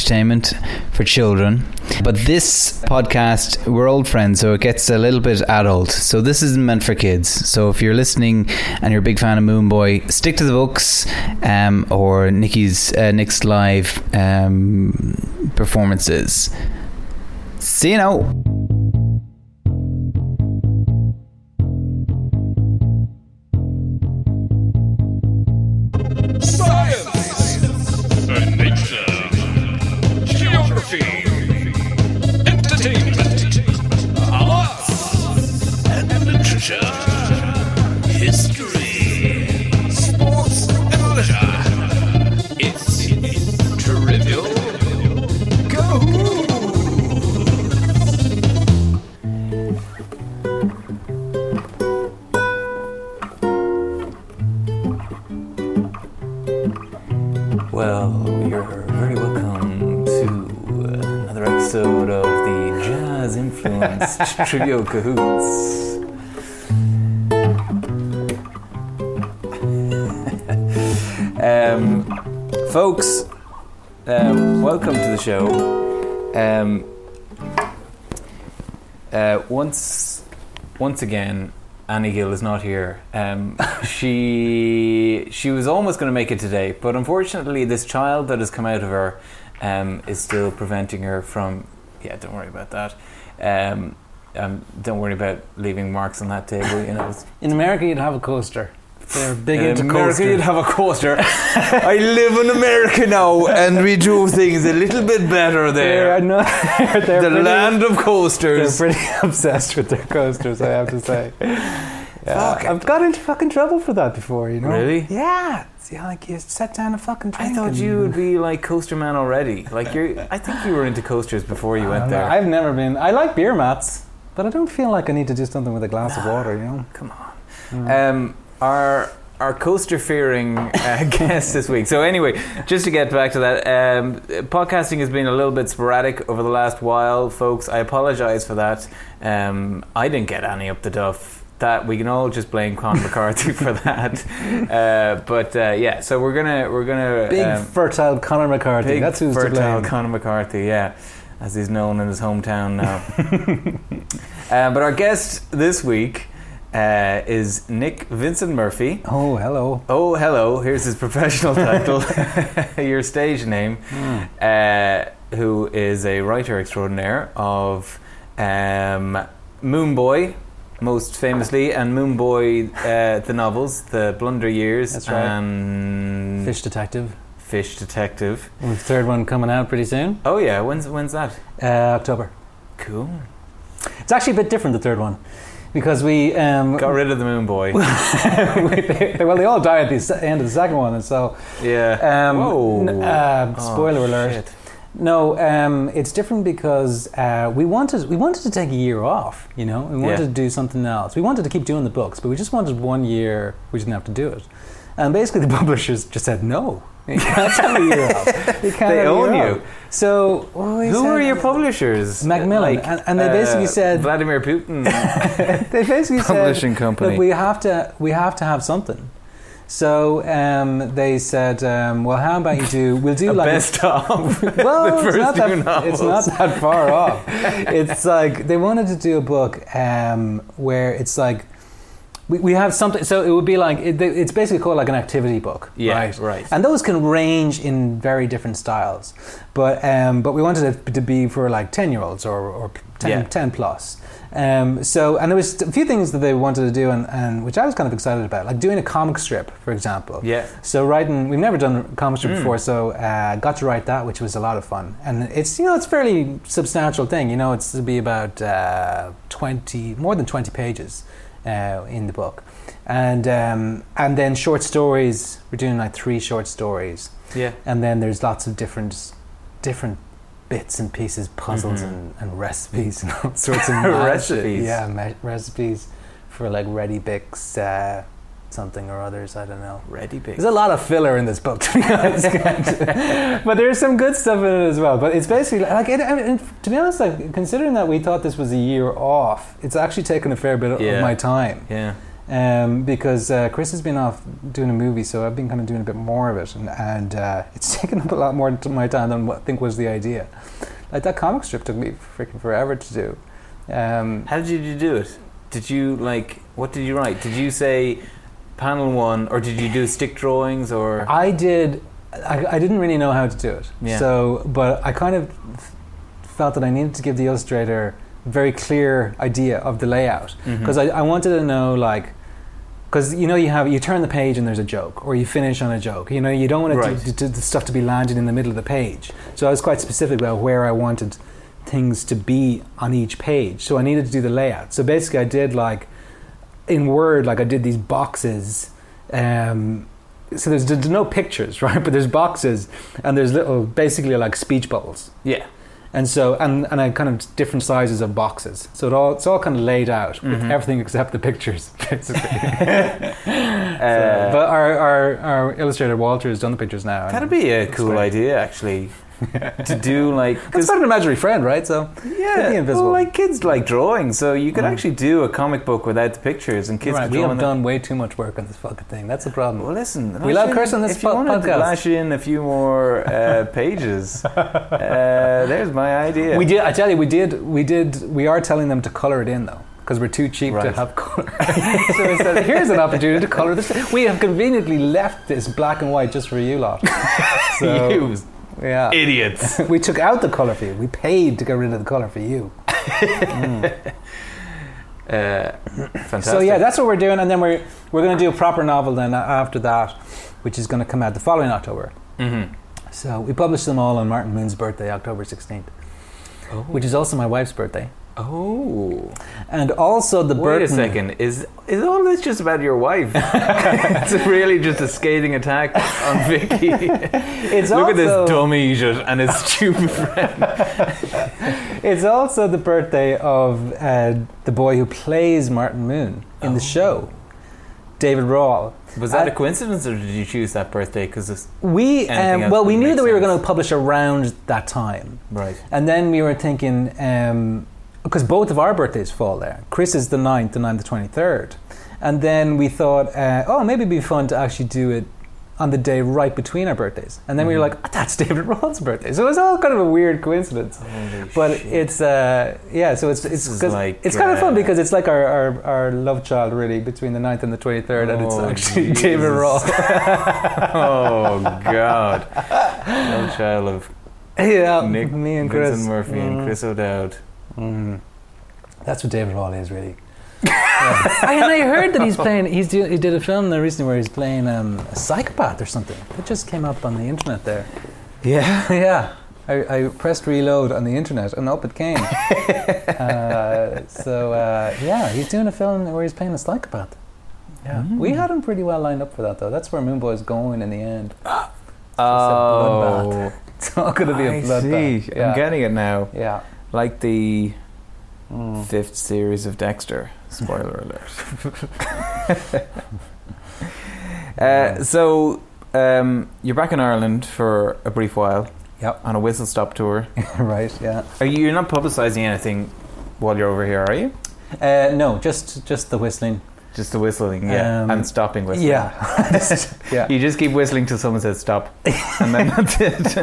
entertainment for children. But this podcast, we're old friends, so it gets a little bit adult. So this isn't meant for kids. So if you're listening and you're a big fan of Moon Boy, stick to the books um, or Nikki's uh, Nick's live um, performances. See you now. Uh, nature, geography, entertainment, arts, and literature, history, sports, and leisure. It's trivial. Kahoo! Well, you're very welcome to another episode of the Jazz Influenced Trivial Cahoots. um, folks, um, welcome to the show. Um, uh, once, once again, Annie Gill is not here. Um, she she was almost going to make it today, but unfortunately, this child that has come out of her um, is still preventing her from. Yeah, don't worry about that. Um, um, don't worry about leaving marks on that table. You know, It's- In America, you'd have a coaster. They're big in into America, you'd coasters. have a coaster. I live in America now, and we do things a little bit better there. They're, no, they're The pretty, land of coasters. They're pretty obsessed with their coasters, I have to say. Yeah. Fuck it. I've got into fucking trouble for that before, you know. Really? Yeah. See, like you set down a fucking. I Drink thought and- you would be like coaster man already. Like you're, I think you were into coasters before you I went don't know. there. I've never been. I like beer mats, but I don't feel like I need to do something with a glass of water, you know. Mm. Come on. Um, our our coaster fearing uh, guest this week. So anyway, just to get back to that, um, podcasting has been a little bit sporadic over the last while, folks. I apologise for that. Um, I didn't get any up the duff. That we can all just blame Con McCarthy for that. Uh, but uh, yeah, so we're gonna we're gonna Big um, fertile Conor McCarthy. Big That's who's to fertile blame. Conor McCarthy, yeah, as he's known in his hometown now. um, but our guest this week uh, is Nick Vincent Murphy. oh, hello. Oh, hello. Here's his professional title, your stage name, Hmm. uh, who is a writer extraordinaire of um, Moon Boy, most famously, and Moon Boy, uh, the novels, The Blunder Years, That's right. and Fish detective. Fish Detective. We have the third one coming out pretty soon. Oh, yeah. When's, when's that? Uh, October. Cool. It's actually a bit different, the third one, because we. Um, Got rid of the moon boy. we- they- well, they all die at the s- end of the second one, and so. yeah. Um, Whoa. n- uh, Oh, spoiler alert. shit. No, um, it's different because uh, we wanted we wanted to take a year off. You know, we wanted Yeah. to do something else. We wanted to keep doing the books, but we just wanted one year. We just didn't have to do it, and basically the publishers just said no. You can't have a year off. You can't They have a own year you. off." So we Who said- were your publishers? uh, Macmillan, and- and they basically said- Vladimir Putin They basically said publishing company. Look, we have to we have to have something. So um, they said, um, well, how about you do? We'll do A like a- best of. well, the it's, first not two that, novels. it's not that far off. It's like they wanted to do a book um, where it's like we, we have something. So it would be like it, it's basically called like an activity book, Yeah, right? right. And those can range in very different styles, but um, but we wanted it to be for like ten year olds or or 10, Yeah. 10 plus. Um, so and there was a few things that they wanted to do, and, and which I was kind of excited about, like doing a comic strip, for example. Yeah. So writing, we've never done comic strip before, so uh, got to write that, which was a lot of fun, and it's you know it's a fairly substantial thing. You know, it's to be about uh, twenty, more than twenty pages uh, in the book, and um, and then short stories. We're doing like three short stories, yeah. and then there's lots of different different bits and pieces, puzzles Mhm. and, and recipes and all sorts of mad shit. Recipes. Yeah, me- recipes for like ready bix uh, something or others. I don't know. Ready big. There's a lot of filler in this book, to be honest. but there's some good stuff in it as well. But it's basically like, it, I mean, to be honest, like considering that we thought this was a year off, it's actually taken a fair bit Yeah. of my time. yeah. um, because uh, Chris has been off doing a movie, so I've been kind of doing a bit more of it, and, and uh, it's taken up a lot more t- my time than what I think was the idea. Like that comic strip took me freaking forever to do. Um, How did you do it? Did you like what did you write? Did you say panel one, or did you do stick drawings, or I did. I, I didn't really know how to do it. Yeah. So, but I kind of f- felt that I needed to give the illustrator a very clear idea of the layout Mm-hmm. Hmm. because uh, I, I wanted to know like. Because you know you have you turn the page and there's a joke, or you finish on a joke. You know you don't want Right. it to, to, the stuff to be landed in the middle of the page. So I was quite specific about where I wanted things to be on each page. So I needed to do the layout. So basically, I did like in Word, like I did these boxes. Um, so there's, there's no pictures, right? But there's boxes and there's little, basically like speech bubbles. yeah? And so, and, and I kind of different sizes of boxes. So it all, it's all kind of laid out with Mm-hmm. everything except the pictures, basically. Uh, but our, our, our illustrator, Walter, has done the pictures now. and- that'd be a cool great. idea, actually, to do like It's because about an imaginary friend, right? So yeah, be invisible. Mm. well, like kids like drawing, so you could actually do a comic book without the pictures, and kids Right, could we draw have on the- done way too much work on this fucking thing. That's the problem. Well, listen, We lash love in- Chris on this If you po- wanted to podcast. lash in a few more uh, pages, uh, there's my idea. We did. I tell you, we did. We did. We are telling them to color it in though, because we're too cheap to Right. have color. so we said, here's an opportunity to color this. We have conveniently left this black and white just for you lot. So, You yeah. idiots. We took out the color for you. We paid to get rid of the color for you. Uh, fantastic. So yeah, that's what we're doing, and then we're we're going to do a proper novel then uh, after that, which is going to come out the following October. Mhm. So we published them all on Martin Moon's birthday, October sixteenth, Oh. which is also my wife's birthday, Oh. and also the Wait a Burton- second. Is is all this just about your wife? it's really just a scathing attack on Vicky. It's Look at also- this dummy idiot and his stupid friend. It's also the birthday of uh, the boy who plays Martin Moon in Oh. the show, David Rawl. Was that I- a coincidence, or did you choose that birthday? Because We Anything um, else well, we would knew make that we were sense. going to publish around that time, right. and then we were thinking because both of our birthdays fall there. Chris is the 9th and I'm the twenty third, and then we thought, uh, oh, maybe it'd be fun to actually do it on the day right between our birthdays, and then we were Mm-hmm. like, "Ah, that's David Rawl's birthday, so it was all kind of a weird coincidence. But it's uh, yeah, so it's it's Oh, is 'cause like, it's kind of fun uh, because it's like our, our, our love child really between the 9th and the twenty third, and it's Oh, actually Jesus. David Roll. oh God! No child of yeah, Nick, me and Chris Vincent Murphy Uh, and Chris O'Dowd. Mm. That's what David Roll is really. Yeah. I, and I heard that he's playing. He's do, he did a film there recently where he's playing um, a psychopath or something. That just came up on the internet there. Yeah. yeah. I, I pressed reload on the internet and up it came. uh, so uh, yeah, he's doing a film where he's playing a psychopath. Yeah, we had him pretty well lined up for that though. That's where Moonboy's going in the end. Oh, It's all going to be a I bloodbath. see. Yeah. I'm getting it now. yeah. Mm. Like the fifth series of Dexter. Spoiler alert. uh, so um, you're back in Ireland for a brief while. Yep. On a whistle stop tour. right. Yeah. Are you, you're not publicising anything while you're over here, are you? Uh, no, just just the whistling. Just the whistling, yeah, Um, and stopping whistling. Yeah. yeah. You just keep whistling till someone says stop, and then that's it.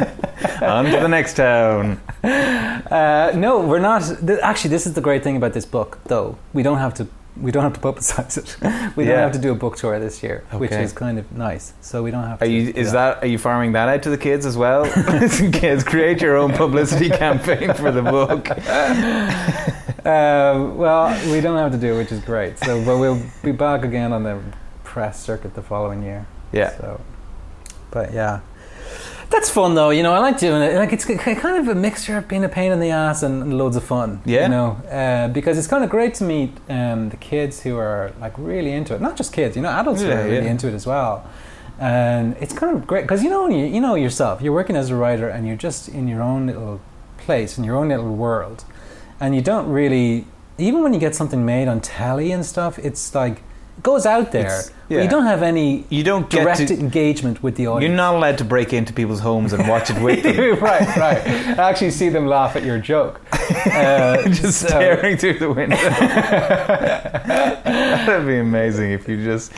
On to the next town. Uh, no, we're not. Th- actually, this is the great thing about this book, though. We don't have to. We don't have to publicize it. We Yeah. don't have to do a book tour this year, which Okay. is kind of nice. So we don't have. Are to you do is that are you farming that out to the kids as well? Listen, kids, create your own publicity campaign for the book. Uh, well, we don't have to do, it, which is great. So, but we'll be back again on the press circuit the following year. Yeah. So, but yeah, that's fun though. You know, I like doing it. Like it's k- kind of a mixture of being a pain in the ass and loads of fun. Yeah. You know, uh, because it's kind of great to meet um, the kids who are like really into it. Not just kids, you know, adults who Yeah, are really yeah. into it as well. And it's kind of great because you know you, you know yourself. You're working as a writer, and you're just in your own little place in your own little world, and you don't really. Even when you get something made on telly and stuff, it's like goes out there, It's- but you yeah. don't have any You don't get direct to. engagement with the You're audience. not allowed to break into people's homes and watch it with them. right, right. I actually see them laugh at your joke. Uh, just so- staring through the window. That'd be amazing if you just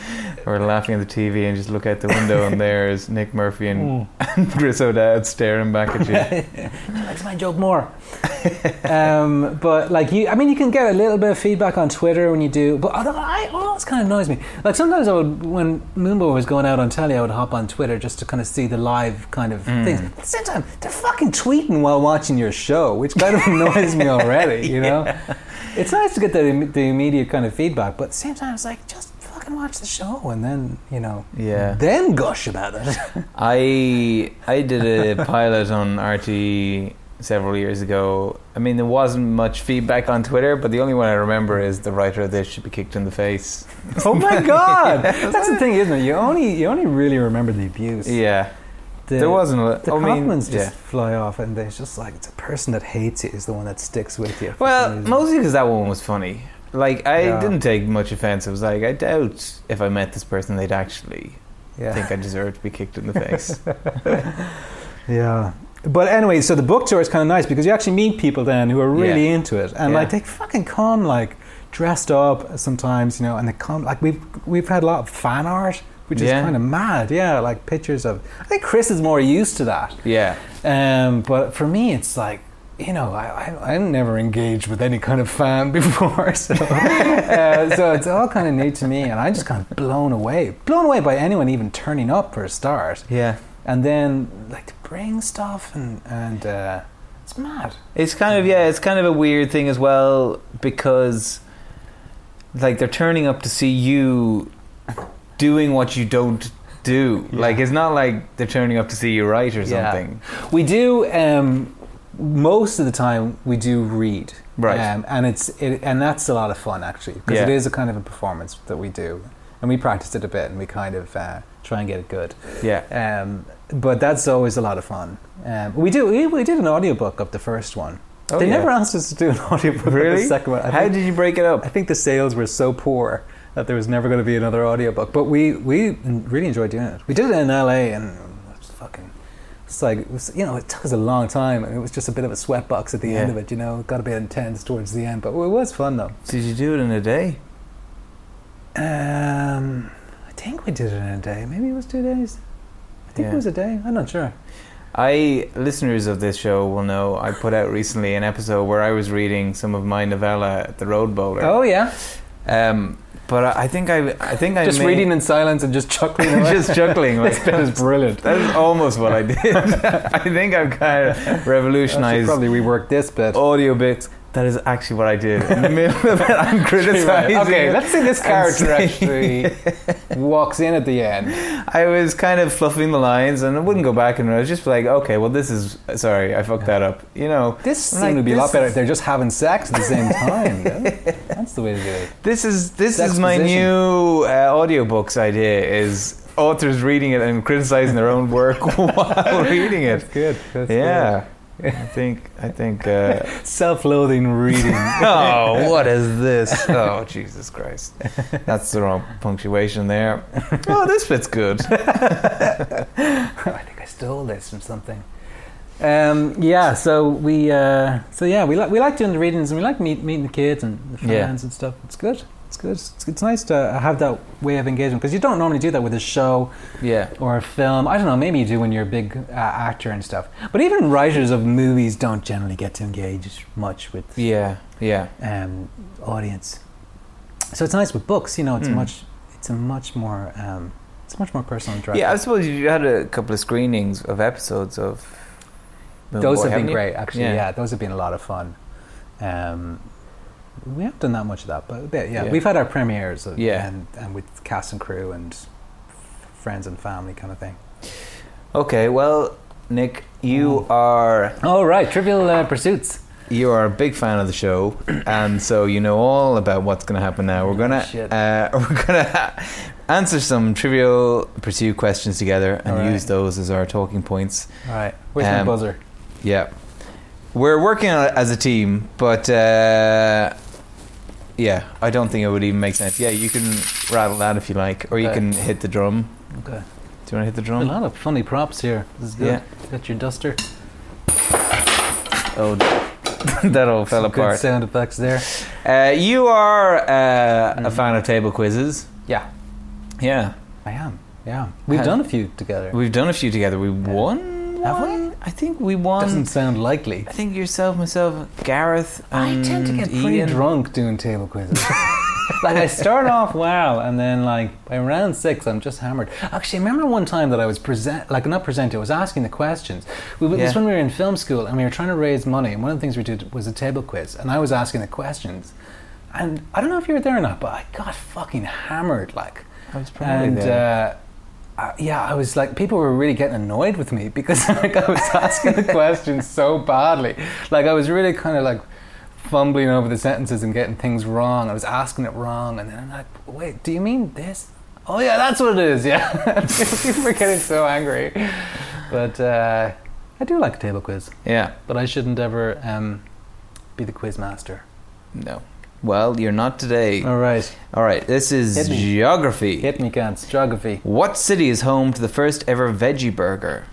were laughing at the TV and just look out the window and there's Nick Murphy and, and Chris O'Dowd staring back at you. That's my joke more. um, but like you, I mean, you can get a little bit of feedback on Twitter when you do. But although I always kind of annoys me. Like sometimes I would, when Moonboy was going out on telly, I would hop on Twitter just to kind of see the live kind of things. At the same time, they're fucking tweeting while watching your show, which kind of annoys me already. You know, it's nice to get the im- the immediate kind of feedback, but at the same time, it's like just fucking watch the show and then you know, Yeah. then gush about it. I I did a pilot on RT several years ago. I mean, there wasn't much feedback on Twitter, but the only one I remember is the writer of this should be kicked in the face. Oh my god! That's the thing, isn't it? You only you only really remember the abuse. Yeah, The, there wasn't. A, lot- The I mean, compliments yeah. just fly off, and there's just like it's a person that hates you is the one that sticks with you. for some Well, reason. mostly because that one was funny. Like, I Yeah. didn't take much offense. I was like, I doubt if I met this person, they'd actually yeah, think I deserve to be kicked in the face. yeah. But anyway, so the book tour is kind of nice because you actually meet people then who are really into it, and Yeah. like they fucking come like dressed up sometimes, you know, and they come like we've we've had a lot of fan art, which Yeah. is kind of mad. Yeah, like pictures of. I think Chris is more used to that. yeah. Um, but for me, it's like you know, I, I I never engaged with any kind of fan before, so uh, so it's all kind of new to me, and I'm just kind of blown away, blown away by anyone even turning up for a start, Yeah. and then like to bring stuff and and uh, it's mad. It's kind of, yeah, it's kind of a weird thing as well because, like, they're turning up to see you doing what you don't do. Like, it's not like they're turning up to see you write or Yeah. something. We do um, most of the time we do read, Right. Um, and it's it, and that's a lot of fun actually because Yeah. it is a kind of a performance that we do, and we practice it a bit, and we kind of uh, try and get it good. Yeah. Um, but that's always a lot of fun. Um, we do we, we did an audiobook of the first one. Oh, they yeah. never asked us to do an audiobook of Really? the second one. I How think, did you break it up? I think the sales were so poor that there was never going to be another audiobook. But we we really enjoyed doing it. We did it in LA and it was fucking it's like it was, you know it took us a long time and it was just a bit of a sweatbox at the end Yeah. of it. You know, it got a bit intense towards the end, but it was fun though. Did you do it in a day? Um, I think we did it in a day. Maybe it was two days. I think Yeah. it was a day. I'm not sure. I listeners of this show will know I put out recently an episode where I was reading some of my novella at the Road Bowler. Oh yeah. um, but I, I think I I think I just may- reading in silence and just chuckling away. just chuckling like that is brilliant. that is almost what I did. I think I've kind of I should revolutionized probably rework this bit. audio bits. That is actually what I did. In the middle of it, I'm criticizing. Okay, it. let's see this and character see. actually walks in at the end. I was kind of fluffing the lines, and I wouldn't go back and I was just like, okay, well, this is sorry, I fucked that up. You know, This I'm scene like, would be a lot this better is- if they're just having sex at the same time. yeah? That's the way to do it. This is this Sex is my position. new uh, audiobooks idea is authors reading it and criticizing their own work while reading it. Good. That's Yeah. I think I think uh, good. Self-loathing reading. Oh, what is this? Oh, Jesus Christ. That's the wrong punctuation there. Oh, this fits good. I think I stole this from something. Um, yeah, so we uh, so yeah we like we like doing the readings and we like meet, meeting the kids and the friends Yeah. and stuff. It's good. It's good. It's, it's nice to have that way of engagement because you don't normally do that with a show Yeah. or a film. I don't know. Maybe you do when you're a big uh, actor and stuff. But even writers of movies don't generally get to engage much with Yeah. Yeah. um, audience. So it's nice with books. You know, it's Hmm. much it's a much more um, it's much more personal. and direct. Yeah, I suppose you had a couple of screenings of episodes of Moon those Boy, have haven't been you? great, actually. Yeah. Yeah. those have been a lot of fun. Um, we haven't done that much of that, but a bit, yeah. Yeah. We've had our premieres, of, Yeah. and, and with cast and crew and f- friends and family kind of thing. Okay, well, Nick, you are All right, Trivial uh, Pursuits. You are a big fan of the show, and so you know all about what's going to happen now. We're gonna Shit. uh, we're gonna ha- answer some trivial pursuit questions together and Alright. use those as our talking points. All right, where's Um, my buzzer? Yeah, we're working on it as a team, but uh, yeah, I don't think it would even make sense. Yeah, you can rattle that if you like, or you Okay. can hit the drum. Do Okay. you want to hit the A drum? lot of funny props here. This is good. Yeah. Got your duster. Oh, that all fell Some Good apart. sound effects there. Uh, you are uh, a Mm. fan of table quizzes. Yeah. Yeah, I am. Yeah. We've Have- done a few together. we've done a few together. We won. Have we? one? I think we won. Doesn't sound likely. I think yourself, myself, Gareth. I tend to and get pretty Ian. drunk doing table quizzes. like I start off well, and then like by round six, I'm just hammered. Actually, I remember one time that I was present, like not presenting, I was asking the questions. We, It Yeah. was when we were in film school, and we were trying to raise money. And one of the things we did was a table quiz, and I was asking the questions. And I don't know if you were there or not, but I got fucking hammered. Like I was probably and there. uh, I, yeah, I was like, people were really getting annoyed with me because like I was asking the questions so badly. Like I was really kind of like fumbling over the sentences and getting things wrong. I was asking it wrong, and then I'm like, wait, do you mean this? Oh yeah, that's what it is. Yeah, people were getting so angry. But uh, I do like a table quiz, yeah. but I shouldn't ever um, be the quiz master. No. Well, you're not today. All right, All right. This is Hit me. geography. hit me, cats. Geography. What city is home to the first ever veggie burger?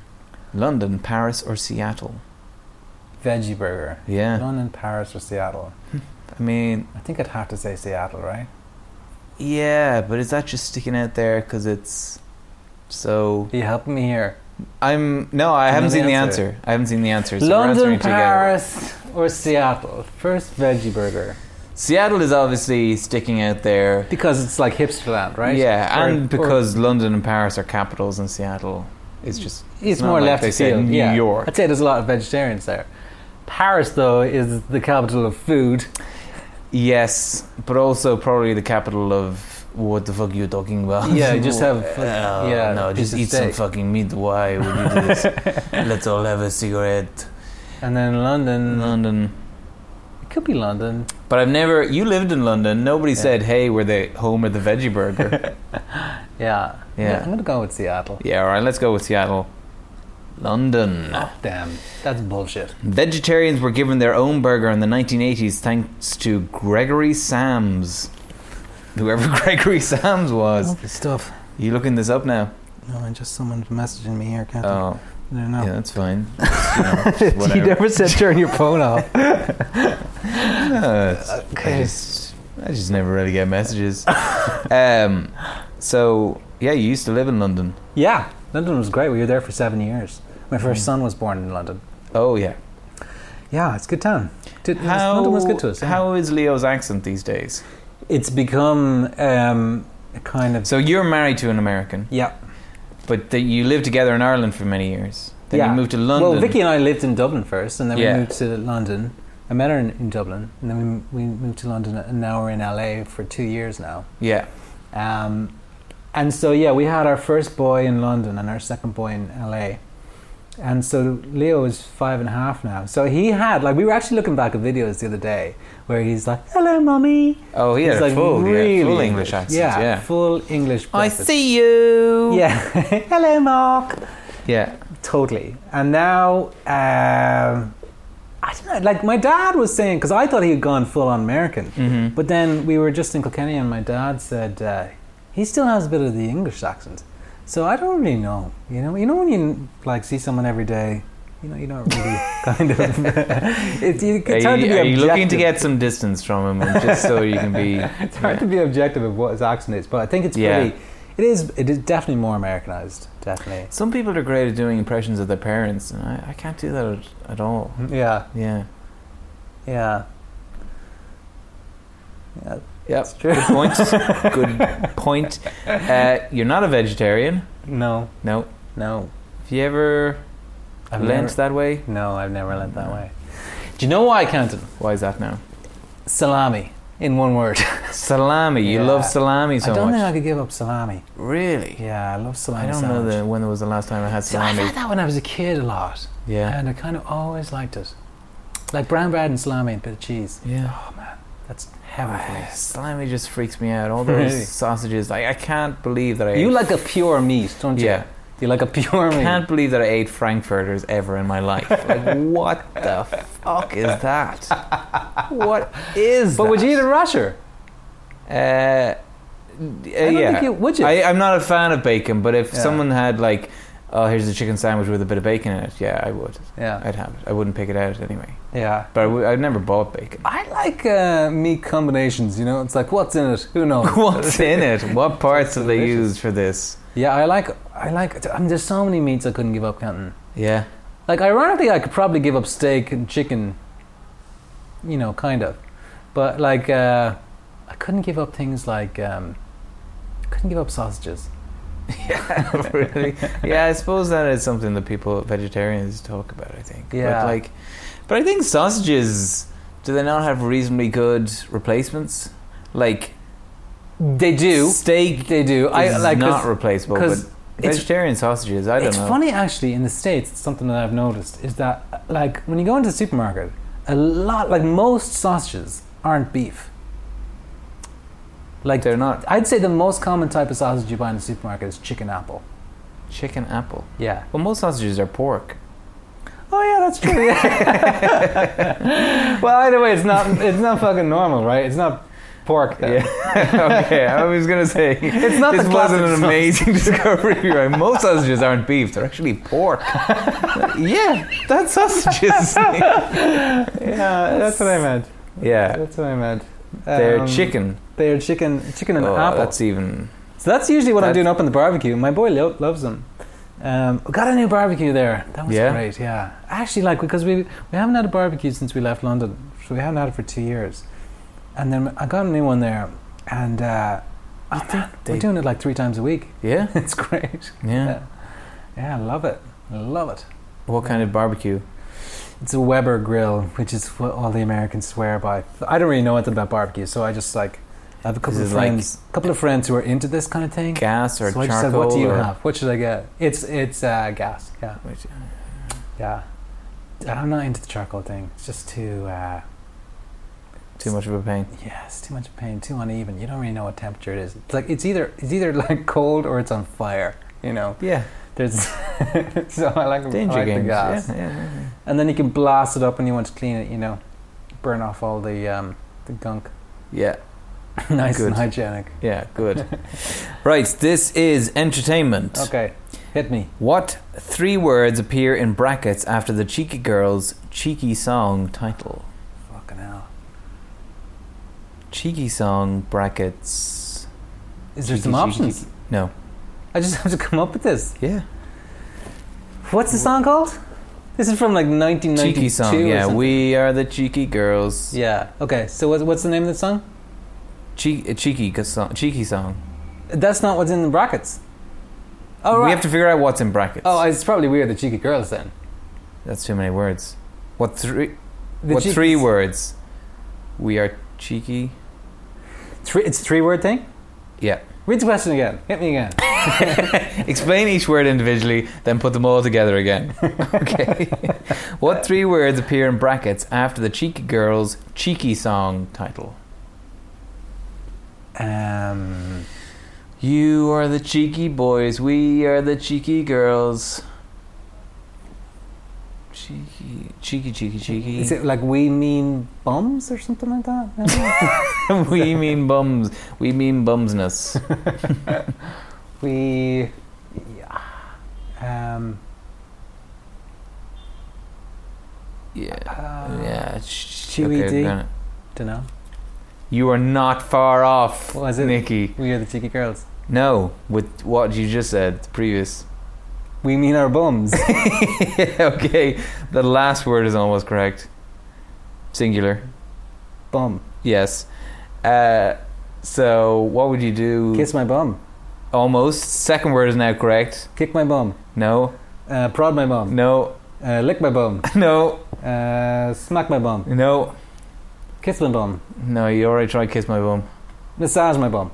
London, Paris, or Seattle? Veggie burger. Yeah. London, Paris, or Seattle. I mean, I think I'd have to say Seattle, right? yeah, but is that just sticking out there because it's so? Are you helping me here? I'm no, I Do you haven't know seen the the answer? answer. I haven't seen the answer. So we're London, answering together. Paris, or Seattle? First veggie burger. Seattle is obviously sticking out there. Because it's like hipster land, right? Yeah, Or- and or because London and Paris are capitals, and Seattle is just it's not more like left they said field. New yeah. York. I'd say there's a lot of vegetarians there. Paris, though, is the capital of food. Yes, but also probably the capital of what the fuck are you talking about? Yeah, you just have fuck- Oh, yeah, no, piece just of eat some steak. fucking meat. Why would you do this? Let's all have a cigarette. And then London. London, It could be London. but I've never. You lived in London. Nobody Yeah. said, "Hey, we're the home of the veggie burger." Yeah. Yeah. I'm going to go with Seattle. yeah, all right. Let's go with Seattle. London. Oh, Damn. That's bullshit. Vegetarians were given their own burger in the 1980s thanks to Gregory Sams. Whoever Gregory Sams was. Lovely Oh, stuff. You looking this up now? No, and just someone messaging me here, can't Oh, I don't know. yeah, that's fine. Just, you know, just you whatever. never said turn your phone off. No, it's- I Okay. just, I just never really get messages. um, so yeah, you used to live in London. Yeah, London was great. We were there for seven years. My Mm. first son was born in London. Oh yeah. Yeah, it's a good town. Did, it was- London was good to us. yeah. How is Leo's accent these days? it's become um, a kind of So you're married to an American, yeah. but that you lived together in Ireland for many years. Then Yeah. you moved to London. Well, Vicky and I lived in Dublin first, and then Yeah. we moved to London. I met her in, in Dublin, and then we, we moved to London, and now we're in LA for two years now. Yeah. Um, and so, yeah, we had our first boy in London and our second boy in LA. And so Leo is five and a half now. So he had, like, we were actually looking back at videos the other day where he's like, hello, mommy. Oh, he had He's a like, full, yeah, full really English accent. Yeah, Yeah. full English. I breakfast. see you. Yeah. hello, Mark. Yeah. Totally. And now, um, I don't know. Like my dad was saying, because I thought he had gone full on American, Mhm. but then we were just in Kilkenny, and my dad said uh, he still has a bit of the English accent. So I don't really know. You know, you know when you like see someone every day. You know, you don't really kind of. it's, Are it's you, hard to be are you looking to objective. get some distance from him, just so you can be? It's hard to be objective of what his accent is, but I think it's Yeah. pretty. It is. It is definitely more Americanized. Definitely. Some people are great at doing impressions of their parents, and I, I can't do that at, at all. Yeah. Yeah. Yeah. Yeah, Yep. that's true. Good point. Good point. Uh, you're not a vegetarian. No, No. no. Have you ever I've leant never, that way? No, I've never leant that way. Do you know why, Canton? Why is that now? Salami, in one word. Salami. You Yeah. love salami so I don't much. think I could give up salami. really? Yeah, I love I salami. don't know sandwich. the, when was the last time I had So I salami. had that when I was a kid a lot, Yeah. and I kind of always liked it. Like brown bread and salami and a bit of cheese. Yeah. Oh man, that's heaven for me. Salami just freaks me out. All those Really? sausages, like I can't believe that I. You ate, like a pure meat, don't you? yeah. You like a pure meat. Can't believe that I ate frankfurters ever in my life. Like what the fuck is that? What is? but would that? you eat a rasher? Uh, d- uh, I don't yeah. think you would you. I, I'm not a fan of bacon, but if Yeah. someone had like, oh, here's a chicken sandwich with a bit of bacon in it, yeah, I would. yeah, I'd have it. I wouldn't pick it out anyway. yeah. But I would, I've never bought bacon. I like uh, meat combinations. You know, it's like what's in it? Who knows? What's in it? What parts have they delicious. used for this? yeah, I like. I like. I mean, there's so many meats I couldn't give up counting. Yeah. Like, ironically, I could probably give up steak and chicken. You know, kind of, but like, uh, I couldn't give up things like. Um, couldn't give up sausages. Yeah, really. Yeah, I suppose that is something that people vegetarians talk about. I think. Yeah. But like, but I think sausages. Do they not have reasonably good replacements? Like They do. steak They do. I is like not 'cause- replaceable, but 'cause it's- vegetarian sausages. I don't it's know. funny actually in the states. It's something that I've noticed is that uh, like when you go into the supermarket, a lot like most sausages aren't beef. Like They're not I'd say the most common type of sausage you buy in the supermarket is chicken apple. chicken apple. Yeah. Well, most sausages are pork. Oh yeah, that's true. yeah. well, either way, it's not it's not fucking normal, right? It's not pork. Then. Yeah. okay. I was gonna say it's not This the wasn't an classic amazing discovery. Right? Most sausages aren't beef; they're actually pork. yeah, that's sausages. Yeah, that's what I meant. yeah, That's what I meant. they're Um, chicken. They're chicken, chicken and Oh, apple. That's even. So that's usually what I'm That's- doing up in the barbecue. My boy lo- loves them. Um, we got a new barbecue there. That was Yeah? great. Yeah, actually, like because we we haven't had a barbecue since we left London, so we haven't had it for two years. And then I got a new one there, and uh, oh man, they- we're doing it like three times a week. Yeah, it's great. yeah. Yeah, I love it. I love it. What kind of barbecue? It's a Weber grill, which is what all the Americans swear by. I don't really know anything about barbecue, so I just like I have a couple This of is like- friends, a couple of friends who are into this kind of thing. Gas or so I charcoal? just said, "What do you or- have? What should I get?" It's it's uh, gas. Yeah, Which- yeah. I'm not into the charcoal thing. It's just too uh, Too much of a pain. yeah, it's too much pain, too uneven. You don't really know what temperature it is. It's like it's either it's either like cold or it's on fire. You know, Yeah, there's so I like, I danger like the games. gas, Yeah, yeah, yeah, yeah. and then you can blast it up when you want to clean it. You know, burn off all the um, the gunk. yeah. nice Good. and hygienic. Yeah, good. right, this is entertainment. Okay, hit me. What three words appear in brackets after the Cheeky Girls' cheeky song title? Fucking hell. Cheeky song brackets. Is there Cheeky, some cheeky, options? cheeky. No. I just have to come up with this. Yeah. What's the song called? This is from like 1992. Cheeky or song. Yeah, something. we are the Cheeky Girls. Yeah. Okay. So what's, what's the name of the song? Cheeky, uh, cheeky g- song. Cheeky song. That's not what's in the brackets. Oh right. We have to figure out what's in brackets. oh, it's probably we are the cheeky girls then. That's too many words. What three? The what Cheekies. three words? We are cheeky. Three, it's a three-word thing. Yeah. Read the question again. Hit me again. Explain each word individually, then put them all together again. okay. what three words appear in brackets after the Cheeky Girls' cheeky song title? Um, You are the cheeky boys, we are the cheeky girls. Cheeky, cheeky, cheeky, cheeky. is it like we mean bums or something like that? No? we mean bums. We mean bumsness. we. Yeah. Um, Yeah. uh, Yeah. sh- Chewy D. gonna- Don't know. You are not far off, What was it? Nikki. We are the cheeky girls. No, with what you just said, the previous. We mean our bums. okay, the last word is almost correct. Singular. bum. Yes. Uh, so, what would you do? Kiss my bum. Almost. Second word is now correct. Kick my bum. No, Uh, prod my bum. no, Uh, lick my bum. no, Uh, smack my bum. no, Kiss my bum. no. You already tried kiss my bum. Massage my bum.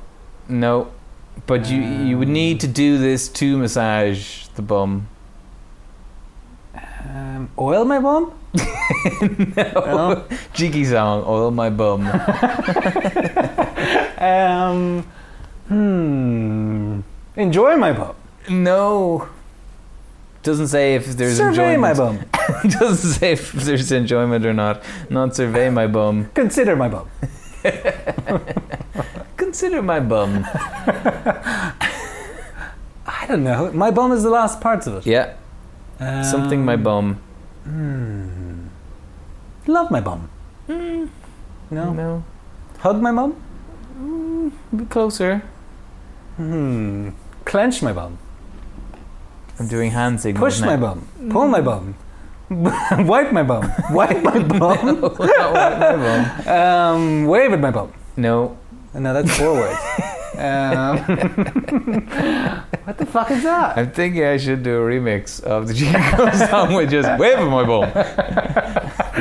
No, but you you would Um. need to do this to massage the bum. Um, oil my bum? no. Jiggy song, oil my bum. Um, hmm. Enjoy my bum. No. Doesn't say if there's Survey enjoyment. my bum. Doesn't say if there's enjoyment or not. Not survey my bum. Consider my bum. Consider my bum. I don't know. My bum is the last parts of it. yeah, Um, hmm. something my bum. Love my bum. Hmm. No. No, Hug my bum. be closer. Hmm. Clench my bum. I'm doing hand signals. Push my now. bum. Pull my bum. Wipe my bum. Wipe my bum. my bum. um, wave at my bum. No, No, that's four words. Um, what the fuck is that? I'm thinking I should do a remix of the Jingle song with just wave of my bum,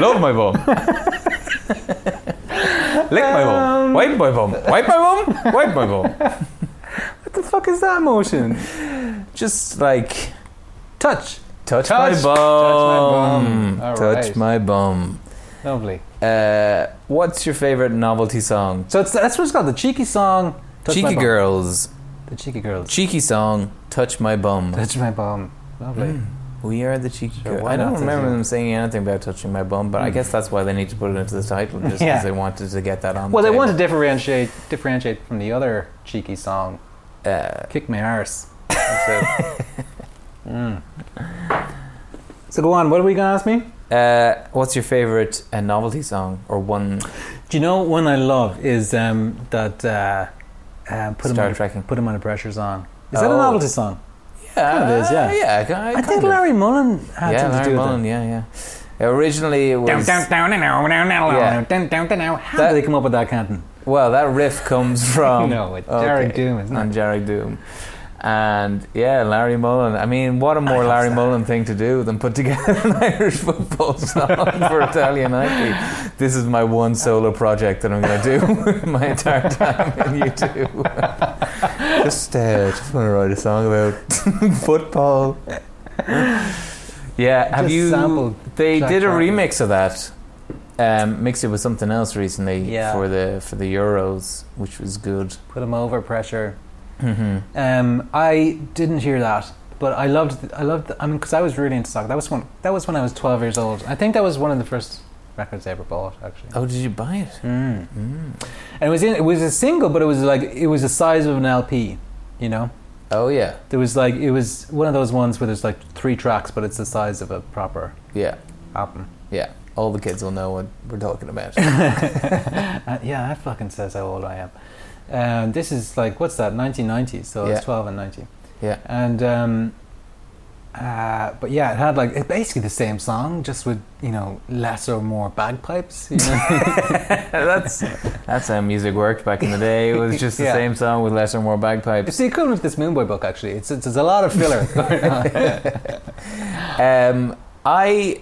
love my bum, lick my Um, bum, wipe my bum, wipe my bum, wipe my bum. What the fuck is that motion? Just like Touch. touch, Touch- my bum, touch my bum. All touch right. my bum. Lovely. Uh, what's your favorite novelty song? So it's, that's what it's called. The cheeky song. Touch my Cheeky bum. girls, The cheeky girls. cheeky song, touch my bum. Touch my bum. Lovely. We are the cheeky Sure, girls. why I don't not? remember Isn't them it? saying anything about touching my bum, but I guess that's why they need to put it into the title, just because Yeah. they wanted to get that on. Well, the they want to table. differentiate differentiate from the other cheeky song, Uh, "Kick My Arse." So, so go on. What are we gonna ask me? uh, what's your favorite uh, novelty song or one Do you know one I love is um, that uh, uh, put 'em Star under, Trekking? put 'Em under pressure song. Is that a Oh. novelty song? Yeah, Kind of is, yeah. yeah. ki- I, kind think of. Larry Mullen had yeah, something Larry to do with Mullen, it. yeah, yeah. Originally, it was Yeah. How That- did they come up with that, Canton? Um, well that riff comes from no, it's Jared okay. Doom, isn't it? and Jarek Doom. And yeah, Larry Mullen. I mean, what a more Larry Mullen thing to do than put together an Irish football song for Italian Nike. This is my one solo project that I'm going to do with my entire time in YouTube. just, uh, just want to write a song about football. Yeah, have Just you? sampled they Jack did a Jarrett. remix of that. Um, mixed it with something else recently Yeah. for the for the Euros, which was good. Put them over pressure. hmm Um, I didn't hear that, but I loved. I loved. I mean, because I was really into soccer. That was when. That was when I was twelve years old. I think that was one of the first records I ever bought, actually. Oh, did you buy it? Mm. Mm. And it was in, it was a single, but it was like it was the size of an LP, you know. Oh yeah, There was like it was one of those ones where there's like three tracks, but it's the size of a proper yeah, album. yeah. All the kids will know what we're talking about. Uh, yeah, that fucking says how old I am. Um, this is like what's that? 1990. So Yeah. it's 12 and 90. Yeah. And um, uh, but yeah, it had like it basically the same song, just with you know less or more bagpipes. You know? that's that's how music worked back in the day. It was just the Yeah. same song with less or more bagpipes. it's the equivalent of this Moonboy book actually. It's it's, it's a lot of filler. going on. Um, I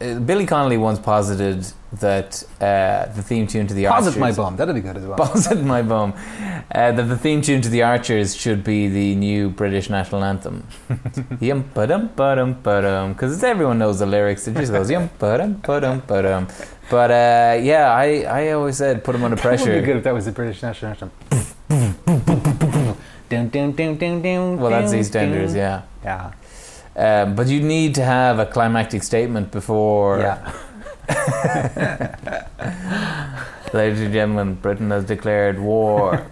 uh, Billy Connolly once posited that uh, the theme tune to the Posit Archers. my bomb. That'd be good as well. Posit my bum. Uh, that the theme tune to the Archers should be the new British national anthem. yum ba dum ba dum ba dum, because everyone knows the lyrics. It just goes yum ba dum ba dum ba dum. But uh, yeah, I, I always said put them under That would be pressure. good if that was the British national anthem. Dun, dun, dun, dun, dun, Well, that's dun, EastEnders, dun. yeah. Yeah. Um, but you need to have a climactic statement before, yeah. ladies and gentlemen, Britain has declared war.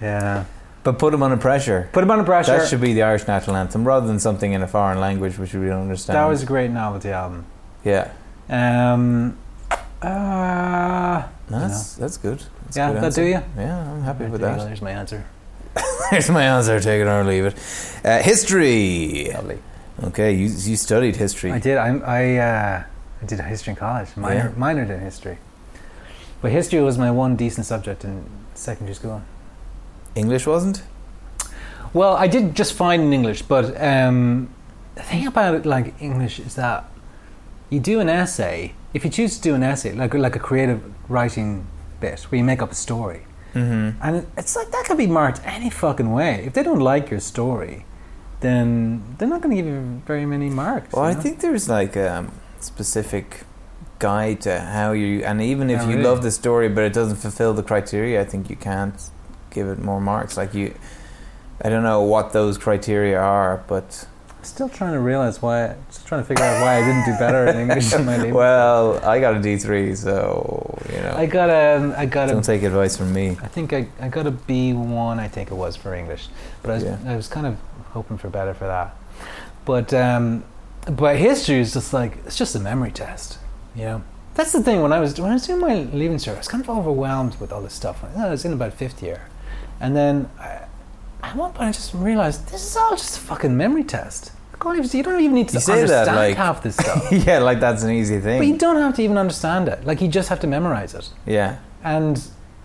Yeah. but put them under pressure. Put him under pressure. That should be the Irish national anthem, rather than something in a foreign language which we don't understand. That was a great novelty album. yeah. Um, uh, No, that's that's good. That's a Yeah, good that answer. do you? Yeah, I'm happy with there you go, that. There's my answer. Here's my answer. Take it or leave it. Uh, history. Lovely. Okay, you you studied history. I did. I I, uh, I did history in college. Minor, Yeah. minor in history. But history was my one decent subject in secondary school. English wasn't. Well, I did just fine in English, but um, the thing about like English is that you do an essay. If you choose to do an essay, like like a creative writing bit where you make up a story, Mm-hmm. and it- it's like that could be marked any fucking way. If they don't like your story, then they're not going to give you very many marks. Well, you I know? think there's like a specific guide to how you, and even if Oh, you really? love the story but it doesn't fulfill the criteria, I think you can't give it more marks. Like you, I don't know what those criteria are, but Still trying to realize why. Still trying to figure out why I didn't do better in English in my leaving. Well, I got a D three, so you know. I got a. I got don't a. take advice from me. I think I, I got a B one. I think it was for English, but I was Yeah. I was kind of hoping for better for that. But um, but history is just like it's just a memory test, you know. That's the thing. When I was when I was doing my leaving cert, I was kind of overwhelmed with all this stuff. I was in about fifth year, and then I, at one point I just realized this is all just a fucking memory test. God, You don't even need to You say that, understand like- half this stuff. yeah, like that's an easy thing. but you don't have to even understand it. Like you just have to memorize it. yeah, And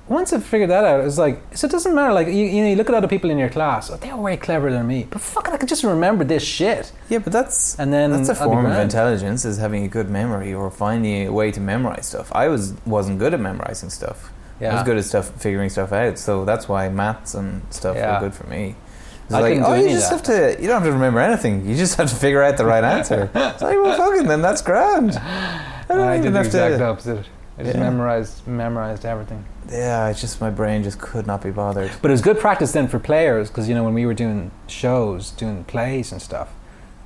once I figured that out, it was like, so it doesn't matter. Like, you, you know, you look at other people in your class, oh, they're way cleverer than me. But fucking, I could just remember this shit. yeah, but that's And then that's a I'll be form of grand. intelligence is having a good memory or finding a way to memorize stuff. I was wasn't good at memorizing stuff. I was Yeah. good at stuff figuring stuff out, so that's why maths and stuff Yeah. were good for me. It's I like, couldn't do oh, you any of just have that. to. You don't have to remember anything. You just have to figure out the right answer. It's like, well, fucking, then that's grand. I don't I did even the have exact to. opposite. I just Yeah. memorized, memorized everything. Yeah, it's just my brain just could not be bothered. But it was good practice then for players because you know when we were doing shows, doing plays and stuff,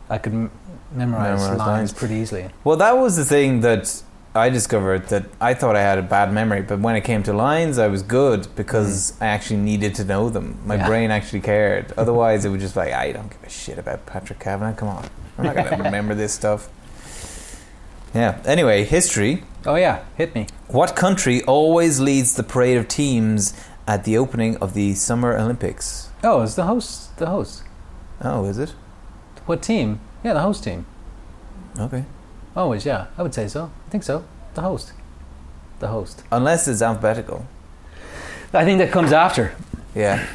I could m- memorize, Memorize lines, lines. pretty easily. Well, that was the thing that I discovered that I thought I had a bad memory, but when it came to lines, I was good because I actually needed to know them. My Yeah. brain actually cared. Otherwise, it was just like, I don't give a shit about Patrick Kavanagh. Come on. I'm not going to remember this stuff. Yeah. Anyway, history. Oh yeah, hit me. What country always leads the parade of teams at the opening of the Summer Olympics? Oh, it's the host. The host. Oh, is it? What team? Yeah, the host team. Okay. Always, yeah. I would say so. I think so. The host. The host. Unless it's alphabetical. I think that comes after. Yeah.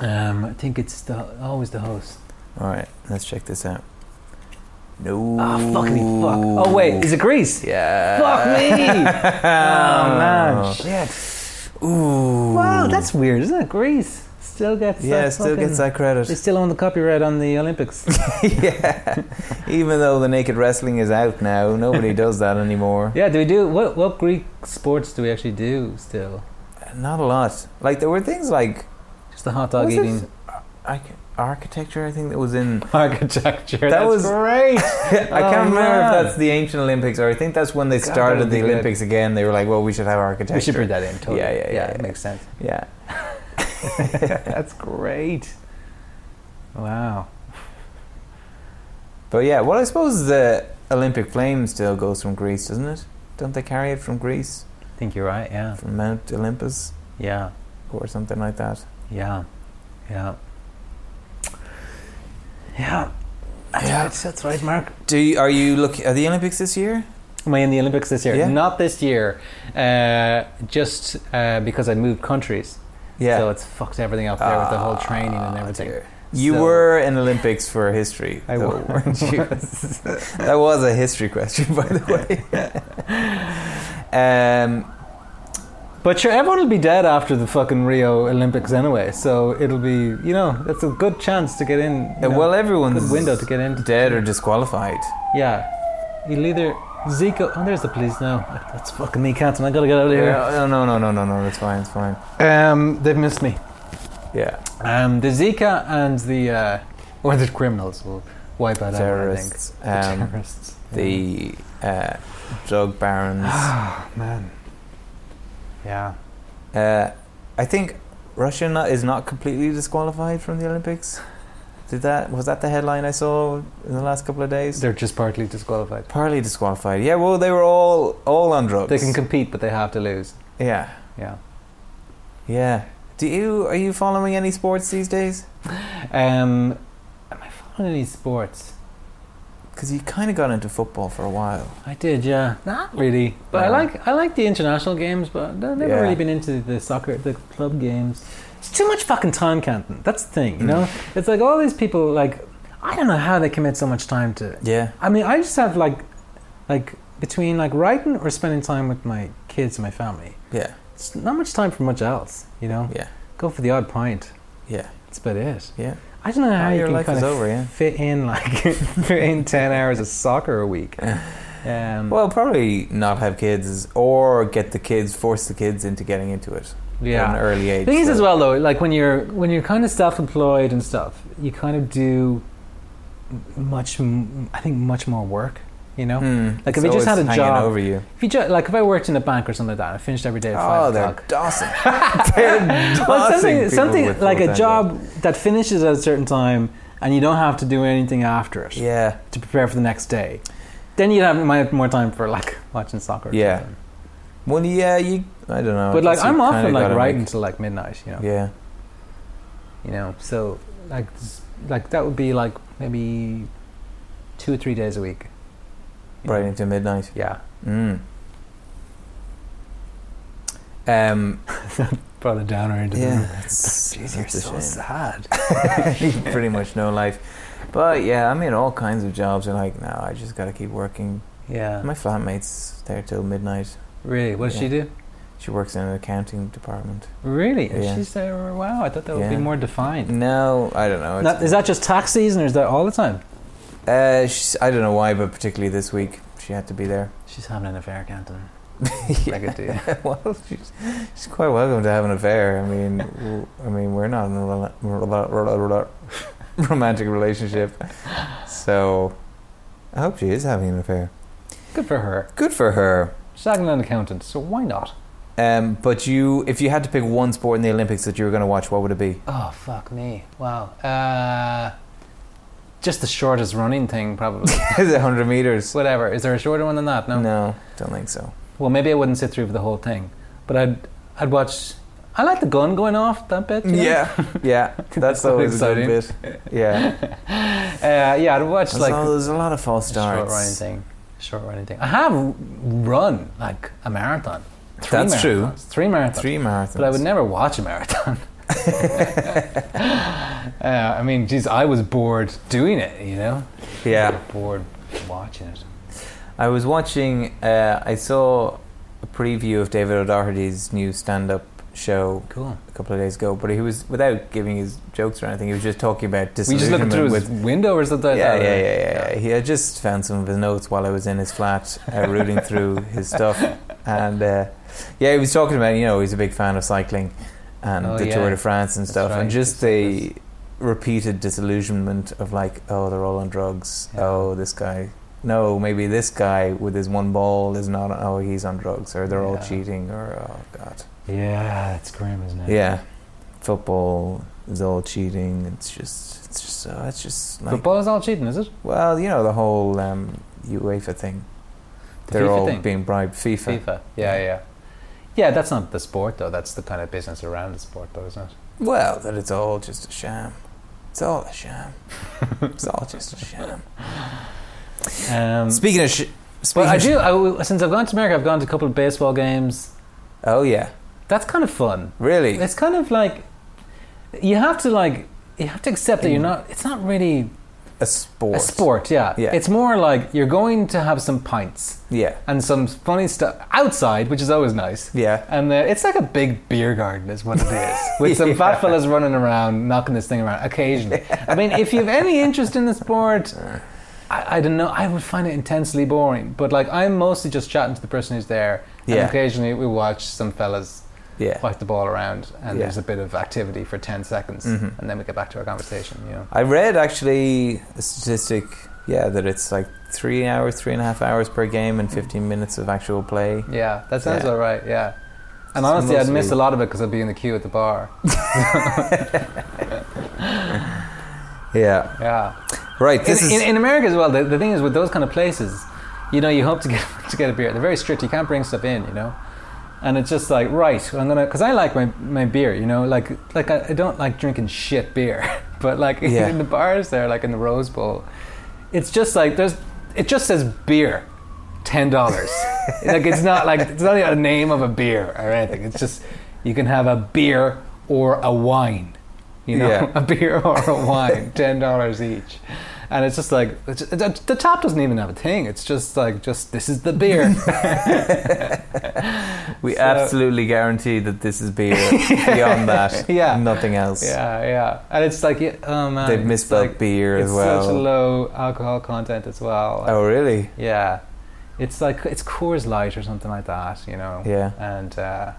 Um, I think it's the always the host. All right. Let's check this out. No. Ah, fucking fuck. Oh wait, is it Greece? Yeah. Fuck me! oh oh man, shit. Ooh. Wow, that's weird, isn't it? Greece still gets yeah. that Still gets fucking- that credit. They still own the copyright on the Olympics. yeah. Even though the naked wrestling is out now, nobody does that anymore. yeah, do we do what? What Greek sports do we actually do still? Not a lot. Like there were things like Just the hot dog Was it- eating I c- architecture. I think that was in. architecture. That That's was- great. Oh, I can't remember man. if that's the ancient Olympics or I think that's when they God, that started would be the good. Olympics again. They were like, well, we should have architecture. we should bring that in. Totally. Yeah, yeah, yeah, It yeah. makes sense. Yeah. That's great. Wow. But yeah, well, I suppose the Olympic flame still goes from Greece, doesn't it? Don't they carry it from Greece, I think you're right. Yeah. from Mount Olympus, Yeah. or something like that? Yeah. Yeah. Yeah. That's Yeah. right. That's right, Mark. Do you, are you look? Are the Olympics this year? Am I in the Olympics this year? Yeah. Not this year. Uh, just uh, because I moved countries. So it's fucked everything up there with the whole training and Ah, everything. dear. You So- were in Olympics for history. I though, was. weren't you? that was a history question, by the way. um, But sure, everyone will be dead after the fucking Rio Olympics anyway. So it'll be, you know, that's a good chance to get in. you know, Uh, well, everyone's good window to get into. dead or disqualified. Yeah. You'll either. Zico. Oh, there's the police now. That's fucking me, Captain. I gotta get out of here. Yeah, Oh, no, no, no, no, no. That's fine. It's fine. Um, they've missed me. Yeah, Um, the Zika and the. Uh, or the criminals will wipe that terrorists. out, I Um, think. the terrorists. the uh, drug barons. Oh, man. Yeah. Uh, I think Russia not, is not completely disqualified from the Olympics. Did that was that the headline I saw in the last couple of days? They're just partly disqualified. Partly disqualified. Yeah, well, they were all all on drugs. They can compete, but they have to lose. yeah, Yeah. yeah. Do you are you following any sports these days? Um, am I following any sports? Because you kind of got into football for a while. I did, yeah. Not really, Uh, but I Yeah. like I like the international games, but I've never Yeah. really been into the soccer, the club games. It's too much fucking time, Canton. That's the Hmm. thing, you know. It's like all these people, like I don't know how they commit so much time to. Yeah, I mean, I just have like, like between like writing or spending time with my kids and my family. yeah, It's not much time for much else, you know. yeah, Go for the odd pint. yeah, That's about it. yeah. I don't know how Oh, you your can life kind is of over, yeah. fit in like fit in ten hours of soccer a week. Um, Well, probably not have kids or get the kids, force the kids into getting into it at an yeah. early age. The thing is, so- as well though, like when you're when you're kind of self-employed and stuff, you kind of do much. m- I think much more work. You know, Hmm. Like, if So you just it's had a hanging job- over you. if you ju- like, if I worked in a bank or something like that, I finished every day at Oh, five they're o'clock. dawson. they're dawsing Well, something, people something with like a full-time job that finishes at a certain time, and you don't have to do anything after it Yeah, to prepare for the next day. Then you'd have mi- more time for like watching soccer. or Yeah. something. well, yeah, you. I don't know. I but like guess you I'm often kinda like gotta right make- until like midnight. You know. Yeah, You know. So like, s- like that would be like maybe two or three days a week. you right know. into midnight. Yeah. Mm. Um. Brought it down or into Yeah. the. that's- Jeez, you're that's a so shame. sad. pretty much no life. But yeah, I'm in all kinds of jobs, and like, no, I just gotta keep working. Yeah. My flatmate's there till midnight. Really? What does Yeah. she do? She works in an accounting department. Really? And Yeah. she's there. Wow. I thought that would be Yeah. more defined. No, I don't know. Now, It's- is that just tax season, or is that all the time? Uh, she's, I don't know why, but particularly this week, she had to be there. She's having an affair, Canton. Yeah. Like it do. well, she's, she's quite welcome to have an affair. I mean, w- I mean, we're not in a rela- rela- rela- rela- romantic relationship, so I hope she is having an affair. Good for her. Good for her. She's not an accountant, so why not? Um, but you, if you had to pick one sport in the Olympics that you were going to watch, what would it be? Oh fuck me! Wow. Uh, just the shortest running thing, probably. is it 100 meters? Whatever. Is there a shorter one than that? No. no, don't think so. Well, maybe I wouldn't sit through for the whole thing, but I'd I'd watch. I like the gun going off that bit. you know? Yeah, yeah, that's That's not always a good bit. Yeah, Uh, yeah, I'd watch There's like all- there's a lot of false the short running starts. thing. Short running thing. I have run like a marathon. Three That's true. marathons, Three marathons. Three marathons. But I would never watch a marathon. uh, I mean, geez, I was bored doing it, you know? yeah. Bored watching it. I was watching. Uh, I saw a preview of David O'Doherty's new stand-up show Cool. a couple of days ago, but he was without giving his jokes or anything. He was just talking about We just looking disillusionment through his with. window or something Yeah, like yeah, that. yeah, yeah, yeah. He had just found some of his notes while I was in his flat, uh, rooting through his stuff, and uh, yeah, he was talking about you know he's a big fan of cycling and Oh, the yeah. Tour de France and That's stuff, right. and just It's- the repeated disillusionment of like, oh, they're all on drugs. Yeah. Oh, this guy. No, maybe this guy with his one ball is not. Oh, he's on drugs, or they're all Yeah. cheating, or oh god. Yeah, it's grim, isn't it? Yeah, football is all cheating. It's just, it's just, uh, it's just like, Football is all cheating, is it? well, you know, the whole um, UEFA thing. The they're FIFA all thing. being bribed. FIFA. FIFA. Yeah, yeah. Yeah, that's not the sport, though. That's the kind of business around the sport, though, isn't it? Well, that it's all just a sham. It's all a sham. it's all just a sham. Um, Speaking of, sh- but speaking I of sh- do, I w since I've gone to America, I've gone to a couple of baseball games. oh yeah, That's kind of fun. really? It's kind of like you have to like you have to accept that you're not. It's not really a sport. a sport. Yeah. Yeah. It's more like you're going to have some pints Yeah. and some funny stuff outside, which is always nice. Yeah. And uh, it's like a big beer garden, is what it is, with some Yeah. fat fellas running around, knocking this thing around occasionally. I mean, if you have any interest in the sport, I, I don't know, I would find it intensely boring. But like, I'm mostly just chatting to the person who's there, Yeah. and occasionally we watch some fellas Yeah. whack the ball around and Yeah. there's a bit of activity for 10 seconds Mhm. and then we get back to our conversation you know I read actually a statistic, yeah, that it's like three hours, three and a half hours per game and 15 minutes of actual play. yeah that sounds Yeah. all right yeah and So honestly i'd miss mostly- a lot of it because i'd be in the queue at the bar Yeah. yeah Right. in, This is. in, in america as well the, the thing is with those kind of places you know you hope to get to get a beer they're very strict you can't bring stuff in you know and it's just like right i'm gonna because i like my, my beer you know like like I, I don't like drinking shit beer but like Yeah. in the bars there like in the rose bowl it's just like there's it just says beer ten dollars like it's not like it's not even a name of a beer or anything it's just you can have a beer or a wine you know Yeah. a beer or a wine ten dollars each and it's just like it's just- the the top doesn't even have a thing it's just like just this is the beer we so- absolutely guarantee that this is beer. Beyond that, Yeah. nothing else. yeah yeah and it's like yeah, oh man They've it's misspelled like- beer as it's well. such a low alcohol content as well Oh really? Yeah, it's like it's Coors Light or something like that, you know. Yeah. And uh,